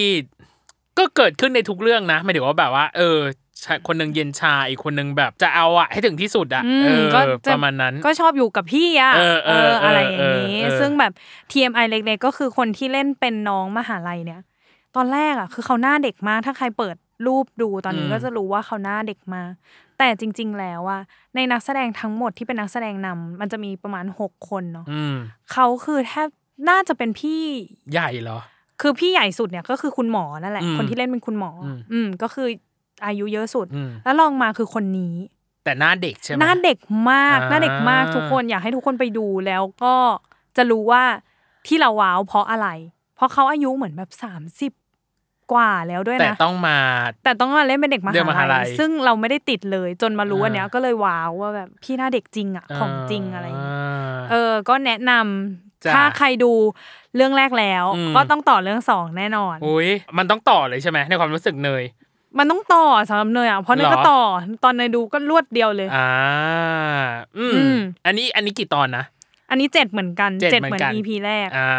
Speaker 2: ก็เกิดขึ้นในทุกเรื่องนะไม่ถึงว่าแบบว่า เออชายคนหนึ่งเย็นชาอีกคนหนึ่งแบบจะเอาอะให้ถึงที่สุดอะ
Speaker 3: อืม
Speaker 2: เออ
Speaker 3: ก็จะ
Speaker 2: ประมาณนั้น
Speaker 3: ก็ชอบอยู่กับพี่อ่ะ
Speaker 2: เออเออเออ
Speaker 3: อะไรอย่างนี้
Speaker 2: เออเออ
Speaker 3: ซึ่งแบบ TMI เล็กๆ ก็คือคนที่เล่นเป็นน้องมหาลัยเนี่ย ตอนแรกอ่ะ คือเขาหน้าเด็กมาก ถ้าใครเปิดรูปดูตอนนี้ก็จะรู้ว่าเขาหน้าเด็กมากแต่จริง ๆ แล้วอ่ะในนักแสดงทั้งหมดที่เป็นนักแสดงนำมันจะมีประมาณหกคนเนาะ
Speaker 2: อืม
Speaker 3: เขาคือแทบน่าจะเป็นพี่
Speaker 2: ใหญ่เหรอ
Speaker 3: คือพี่ใหญ่สุดเนี่ยก็คือคุณหมอนั่นแหละ
Speaker 2: อืม
Speaker 3: คนที่เล่นเป็นคุณหมออ
Speaker 2: ม
Speaker 3: อืมก็คืออายุเยอะสุด
Speaker 2: อืม
Speaker 3: แล้วลองมาคือคนนี้
Speaker 2: แต่หน้าเด็กใช่ไหม
Speaker 3: หน้าเด็กมาก
Speaker 2: อ่า
Speaker 3: หน้าเด็กมากทุกคนอยากให้ทุกคนไปดูแล้วก็จะรู้ว่าที่เราว้าวเพราะอะไร เพราะเขาอายุเหมือนแบบสามสิบ30 กว่าแล้วด้วย
Speaker 2: แต่
Speaker 3: นะ
Speaker 2: ต้องมา
Speaker 3: แต่ต้องมาเล่นเป็นเด็กม
Speaker 2: เด็กม
Speaker 3: หา
Speaker 2: หาลั
Speaker 3: ลัย
Speaker 2: ย
Speaker 3: ซึ่งเราไม่ได้ติดเลย จนมารู้
Speaker 2: อ่า
Speaker 3: อันเนี้ยก็เลยว้าวว่าแบบพี่หน้าเด็กจริงอะของจริงอะไรอย่างเงี้ย
Speaker 2: า
Speaker 3: เออ ก็แนะนำ
Speaker 2: จ้ะ
Speaker 3: ถ้าใครดูเรื่องแรกแล้ว
Speaker 2: อืม
Speaker 3: ก็ต้องต่อเรื่องสองแน่นอน
Speaker 2: อุ้ยมันต้องต่อเลยใช่ไหมในความรู้สึกเนย
Speaker 3: มันต้องต่อสำหรับเนยอ่ะเพราะเนยก็
Speaker 2: เหรอ
Speaker 3: ต่อตอนเนยดูก็รวดเดียวเลย
Speaker 2: อ่า อื
Speaker 3: อื
Speaker 2: ม
Speaker 3: ม
Speaker 2: อันนี้อันนี้กี่ตอนนะ
Speaker 3: อันนี้เจ็ดเหมือนกัน
Speaker 2: เจ็ด
Speaker 3: เจ็ด
Speaker 2: เห
Speaker 3: เห
Speaker 2: มื
Speaker 3: มื
Speaker 2: อ
Speaker 3: อน น
Speaker 2: กัน
Speaker 3: EP แรก
Speaker 2: อ่า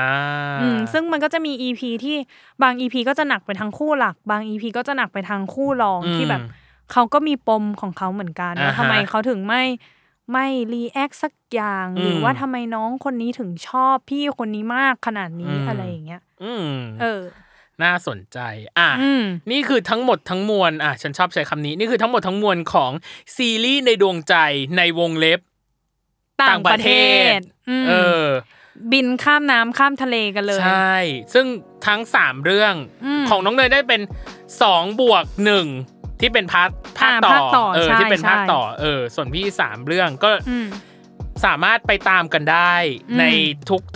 Speaker 3: อืมซึ่งมันก็จะมี EP ที่บาง EP ก็จะหนักไปทางคู่หลัก บาง EP ก็จะหนักไปทางคู่รอง
Speaker 2: อืม
Speaker 3: ที่แบบเขาก็มีปมของเขาเหมือนกัน
Speaker 2: อ่าฮะ
Speaker 3: ว่าทำไมเขาถึงไม่ไม่รีแอคสักอย่าง
Speaker 2: อืม
Speaker 3: หรือว่าทำไมน้องคนนี้ถึงชอบพี่คนนี้มากขนาดนี้
Speaker 2: อืม
Speaker 3: อะไรอย่างเงี้ย
Speaker 2: อืม
Speaker 3: เออ
Speaker 2: น่าสนใจ อ่ะ
Speaker 3: อืม
Speaker 2: นี่คือทั้งหมดทั้งมวล อ่ะ ฉันชอบใช้คำนี้ นี่คือทั้งหมดทั้งมวลของซีรีส์ในดวงใจในวงเล็บ ต่างประเทศ
Speaker 3: อืม
Speaker 2: เออ
Speaker 3: บินข้ามน้ำข้ามทะเลกันเลย
Speaker 2: ใช่ ซึ่งทั้ง 3 เรื่อง
Speaker 3: อืม
Speaker 2: ของน้องเนยได้เป็น 2 บวก 1 ที่เป็นพาร์ทภาค
Speaker 3: อ่า
Speaker 2: ต่อ
Speaker 3: ภาคต่อ
Speaker 2: เออ
Speaker 3: ใช่
Speaker 2: ที่เป็นภาค
Speaker 3: ใช่
Speaker 2: ต่อเออ ส่วนพี่ 3 เรื่องก็
Speaker 3: อืม
Speaker 2: สามารถไปตามกันได้
Speaker 3: อืม
Speaker 2: ใน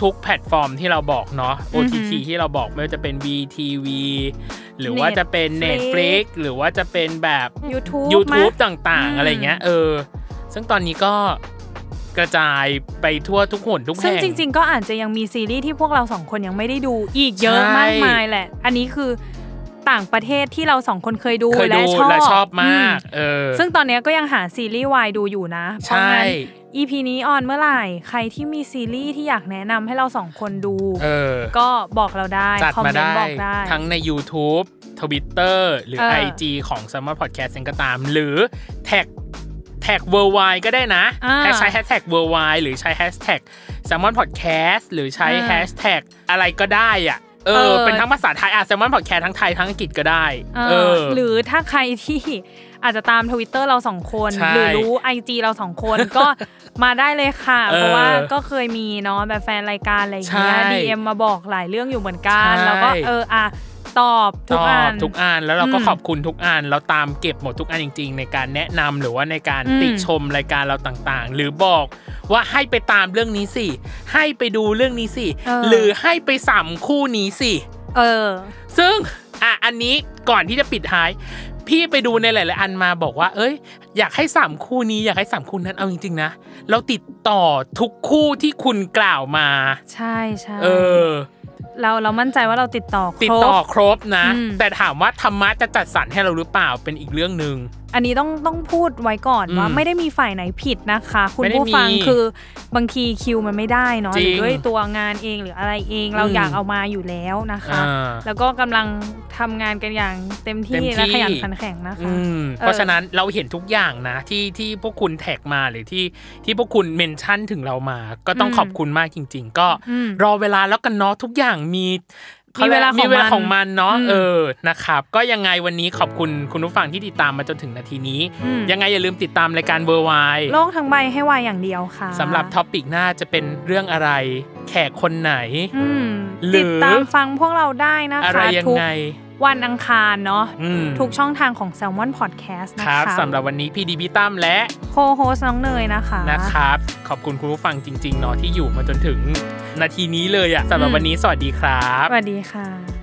Speaker 2: ทุกๆ แพลตฟอร์มที่เราบอกเนาะ
Speaker 3: อือหือ
Speaker 2: OTT ที่เราบอกไม่ว่าจะเป็น VTV หรือว่าจะเป็น Netflix
Speaker 3: Netflix
Speaker 2: หรือว่าจะเป็นแบบ
Speaker 3: YouTube มั้ย
Speaker 2: YouTube ต่างๆ
Speaker 3: อืม
Speaker 2: อะไรเงี้ยเออ ซึ่งตอนนี้ก็กระจายไปทั่วทุกหนทุกแห่ง
Speaker 3: ซึ่งจริง ๆ ก็อาจจะยังมีซีรีส์ที่พวกเราสองคนยังไม่ได้ดูอีกเยอะ
Speaker 2: ใช่
Speaker 3: มากมายแหละ อันนี้คือต่างประเทศที่เราสองคนเคยดู
Speaker 2: เคย
Speaker 3: และ
Speaker 2: ดู
Speaker 3: ชอบ
Speaker 2: และชอบมาก
Speaker 3: อื
Speaker 2: เออ
Speaker 3: มซึ่งตอนเนี้ยก็ยังหาซีรีส์วายดูอยู่นะ เพราะ
Speaker 2: ใช่
Speaker 3: งั้น EP นี้ออนเมื่อไหร่ ใครที่มีซีรีส์ที่อยากแนะนำให้เราสองคนดู
Speaker 2: เออ
Speaker 3: ก็บอกเราได้
Speaker 2: จัด
Speaker 3: คอม
Speaker 2: มา
Speaker 3: เมน
Speaker 2: ได้
Speaker 3: ต์บอกได้
Speaker 2: ทั้งใน YouTube Twitter หรือ
Speaker 3: เออ
Speaker 2: IG ของ s u m m e r Podcast เองก็ตาม หรือแท็กแท็ก worldwide ก็ได้นะ
Speaker 3: อ่า
Speaker 2: แฮชใช้แฮชแท็ก worldwide หรือใช้แฮชแท็ก s u m m e r Podcast หรือใช้
Speaker 3: เออ
Speaker 2: แฮชแท็กอะไรก็ได้อ่ะเอ
Speaker 3: เอ
Speaker 2: อ
Speaker 3: อ
Speaker 2: เป็นทั้งภาษาไทยอ่ะ s u m m e r Podcast ทั้งไทยทั้งอังกฤษก็ได้ เออ
Speaker 3: หรือถ้าใครที่อาจจะตามทวิตเตอร์เราสองคน
Speaker 2: ใช่
Speaker 3: หรือรู้ไอจีเราสองคน <laughs> ก็มาได้เลยค่ะ
Speaker 2: เออ
Speaker 3: เพราะว่าก็เคยมีเนาะแบบแฟนรายการอะไรอย่างเงี้ย
Speaker 2: ใช่
Speaker 3: ดีเอ็มมาบอกหลายเรื่องอยู่เหมือนกัน
Speaker 2: ใช่
Speaker 3: แล้วก็เอออ่ะตอบทุกอัน
Speaker 2: ตบทุกอันแล้วเราก็
Speaker 3: อืม
Speaker 2: ขอบคุณทุกอันเราตามเก็บหมดทุกอันจริง ๆ ในการแนะนำหรือว่าในการ
Speaker 3: อืม
Speaker 2: ติชมรายการเราต่างๆ หรือบอกว่าให้ไปตามเรื่องนี้สิให้ไปดูเรื่องนี้สิ
Speaker 3: เออ
Speaker 2: หรือให้ไปสามคู่นี้สิ
Speaker 3: เออ
Speaker 2: ซึ่งอ่ะอันนี้ก่อนที่จะปิดท้าย พี่ไปดูในหลายๆอันมาบอกว่า เอ้ย อยากให้สามคู่นี้อยากให้สามคู่นั้นเอาจริงๆนะเราติดต่อทุกคู่ที่คุณกล่าวมา
Speaker 3: ใช่ใช่
Speaker 2: เออ
Speaker 3: เราเรามั่นใจว่าเราติดต่อ
Speaker 2: ติด
Speaker 3: ครบ
Speaker 2: ต่อครบนะ
Speaker 3: อืม
Speaker 2: แต่ถามว่าธรรมะจะจัดสรรให้เราหรือเปล่าเป็นอีกเรื่องหนึ่ง
Speaker 3: อันนี้ต้องต้องพูดไว้ก่อน
Speaker 2: อืม
Speaker 3: ว่าไม่ได้มีฝ่ายไหนผิดนะคะ คุณ
Speaker 2: ไม่ได้
Speaker 3: ผู้ฟัง
Speaker 2: มี
Speaker 3: คือบางทีคิวมันไม่ได้เนาะห
Speaker 2: จริ
Speaker 3: รื
Speaker 2: ง
Speaker 3: อด้วยตัวงานเองหรืออะไรเองเรา
Speaker 2: อืม
Speaker 3: อยากเอามาอยู่แล้วนะคะ
Speaker 2: อ่า
Speaker 3: แล้วก็กำลังทำงานกันอย่างเต็ม
Speaker 2: เต็
Speaker 3: ที่
Speaker 2: มที่
Speaker 3: และขยันขันแข็งนะคะ
Speaker 2: อืม
Speaker 3: เออ
Speaker 2: เพราะฉะนั้นเราเห็นทุกอย่างนะที่ที่พวกคุณแท็กมาหรือที่ที่พวกคุณเมนชั่นถึงเรามา ก็ต้องขอบคุณมากจริง ๆ ก็
Speaker 3: อืม
Speaker 2: รอเวลาแล้วกันเนาะทุกอย่างมี
Speaker 3: มีเวลาของมัน
Speaker 2: มีเวลาของมันเนาะ
Speaker 3: อืม
Speaker 2: เออนะครับ ก็ยังไงวันนี้ขอบคุณคุณผู้ฟังที่ติดตามมาจนถึงนาทีนี้
Speaker 3: อืม
Speaker 2: ยังไงอย่าลืมติดตามรายการเบอร์ไว
Speaker 3: โลกทั้งใบให้วายอย่างเดียวค่ะ
Speaker 2: สำหรับท็อปิกหน้าจะเป็นเรื่องอะไร แขกคนไหน
Speaker 3: อืม
Speaker 2: หรือ
Speaker 3: ติดตามฟังพวกเราได้นะ
Speaker 2: อะไร
Speaker 3: คะ
Speaker 2: ยัง
Speaker 3: ทุก
Speaker 2: ไง
Speaker 3: วันอังคารเนาะ
Speaker 2: อืม
Speaker 3: ทุกช่องทางของ Salmon Podcast นะ
Speaker 2: ครั
Speaker 3: คะ
Speaker 2: บสำหรับวันนี้พี่ดีพี่ตั้มและ
Speaker 3: โคโฮสน้องเนยนะคะ
Speaker 2: นะครับ ขอบคุณคุณผู้ฟังจริงๆเนาะที่อยู่มาจนถึงนาทีนี้เลยอะสำหรับ
Speaker 3: อืม
Speaker 2: วันนี้สวัสดีครับ
Speaker 3: สวัสดีค่ะ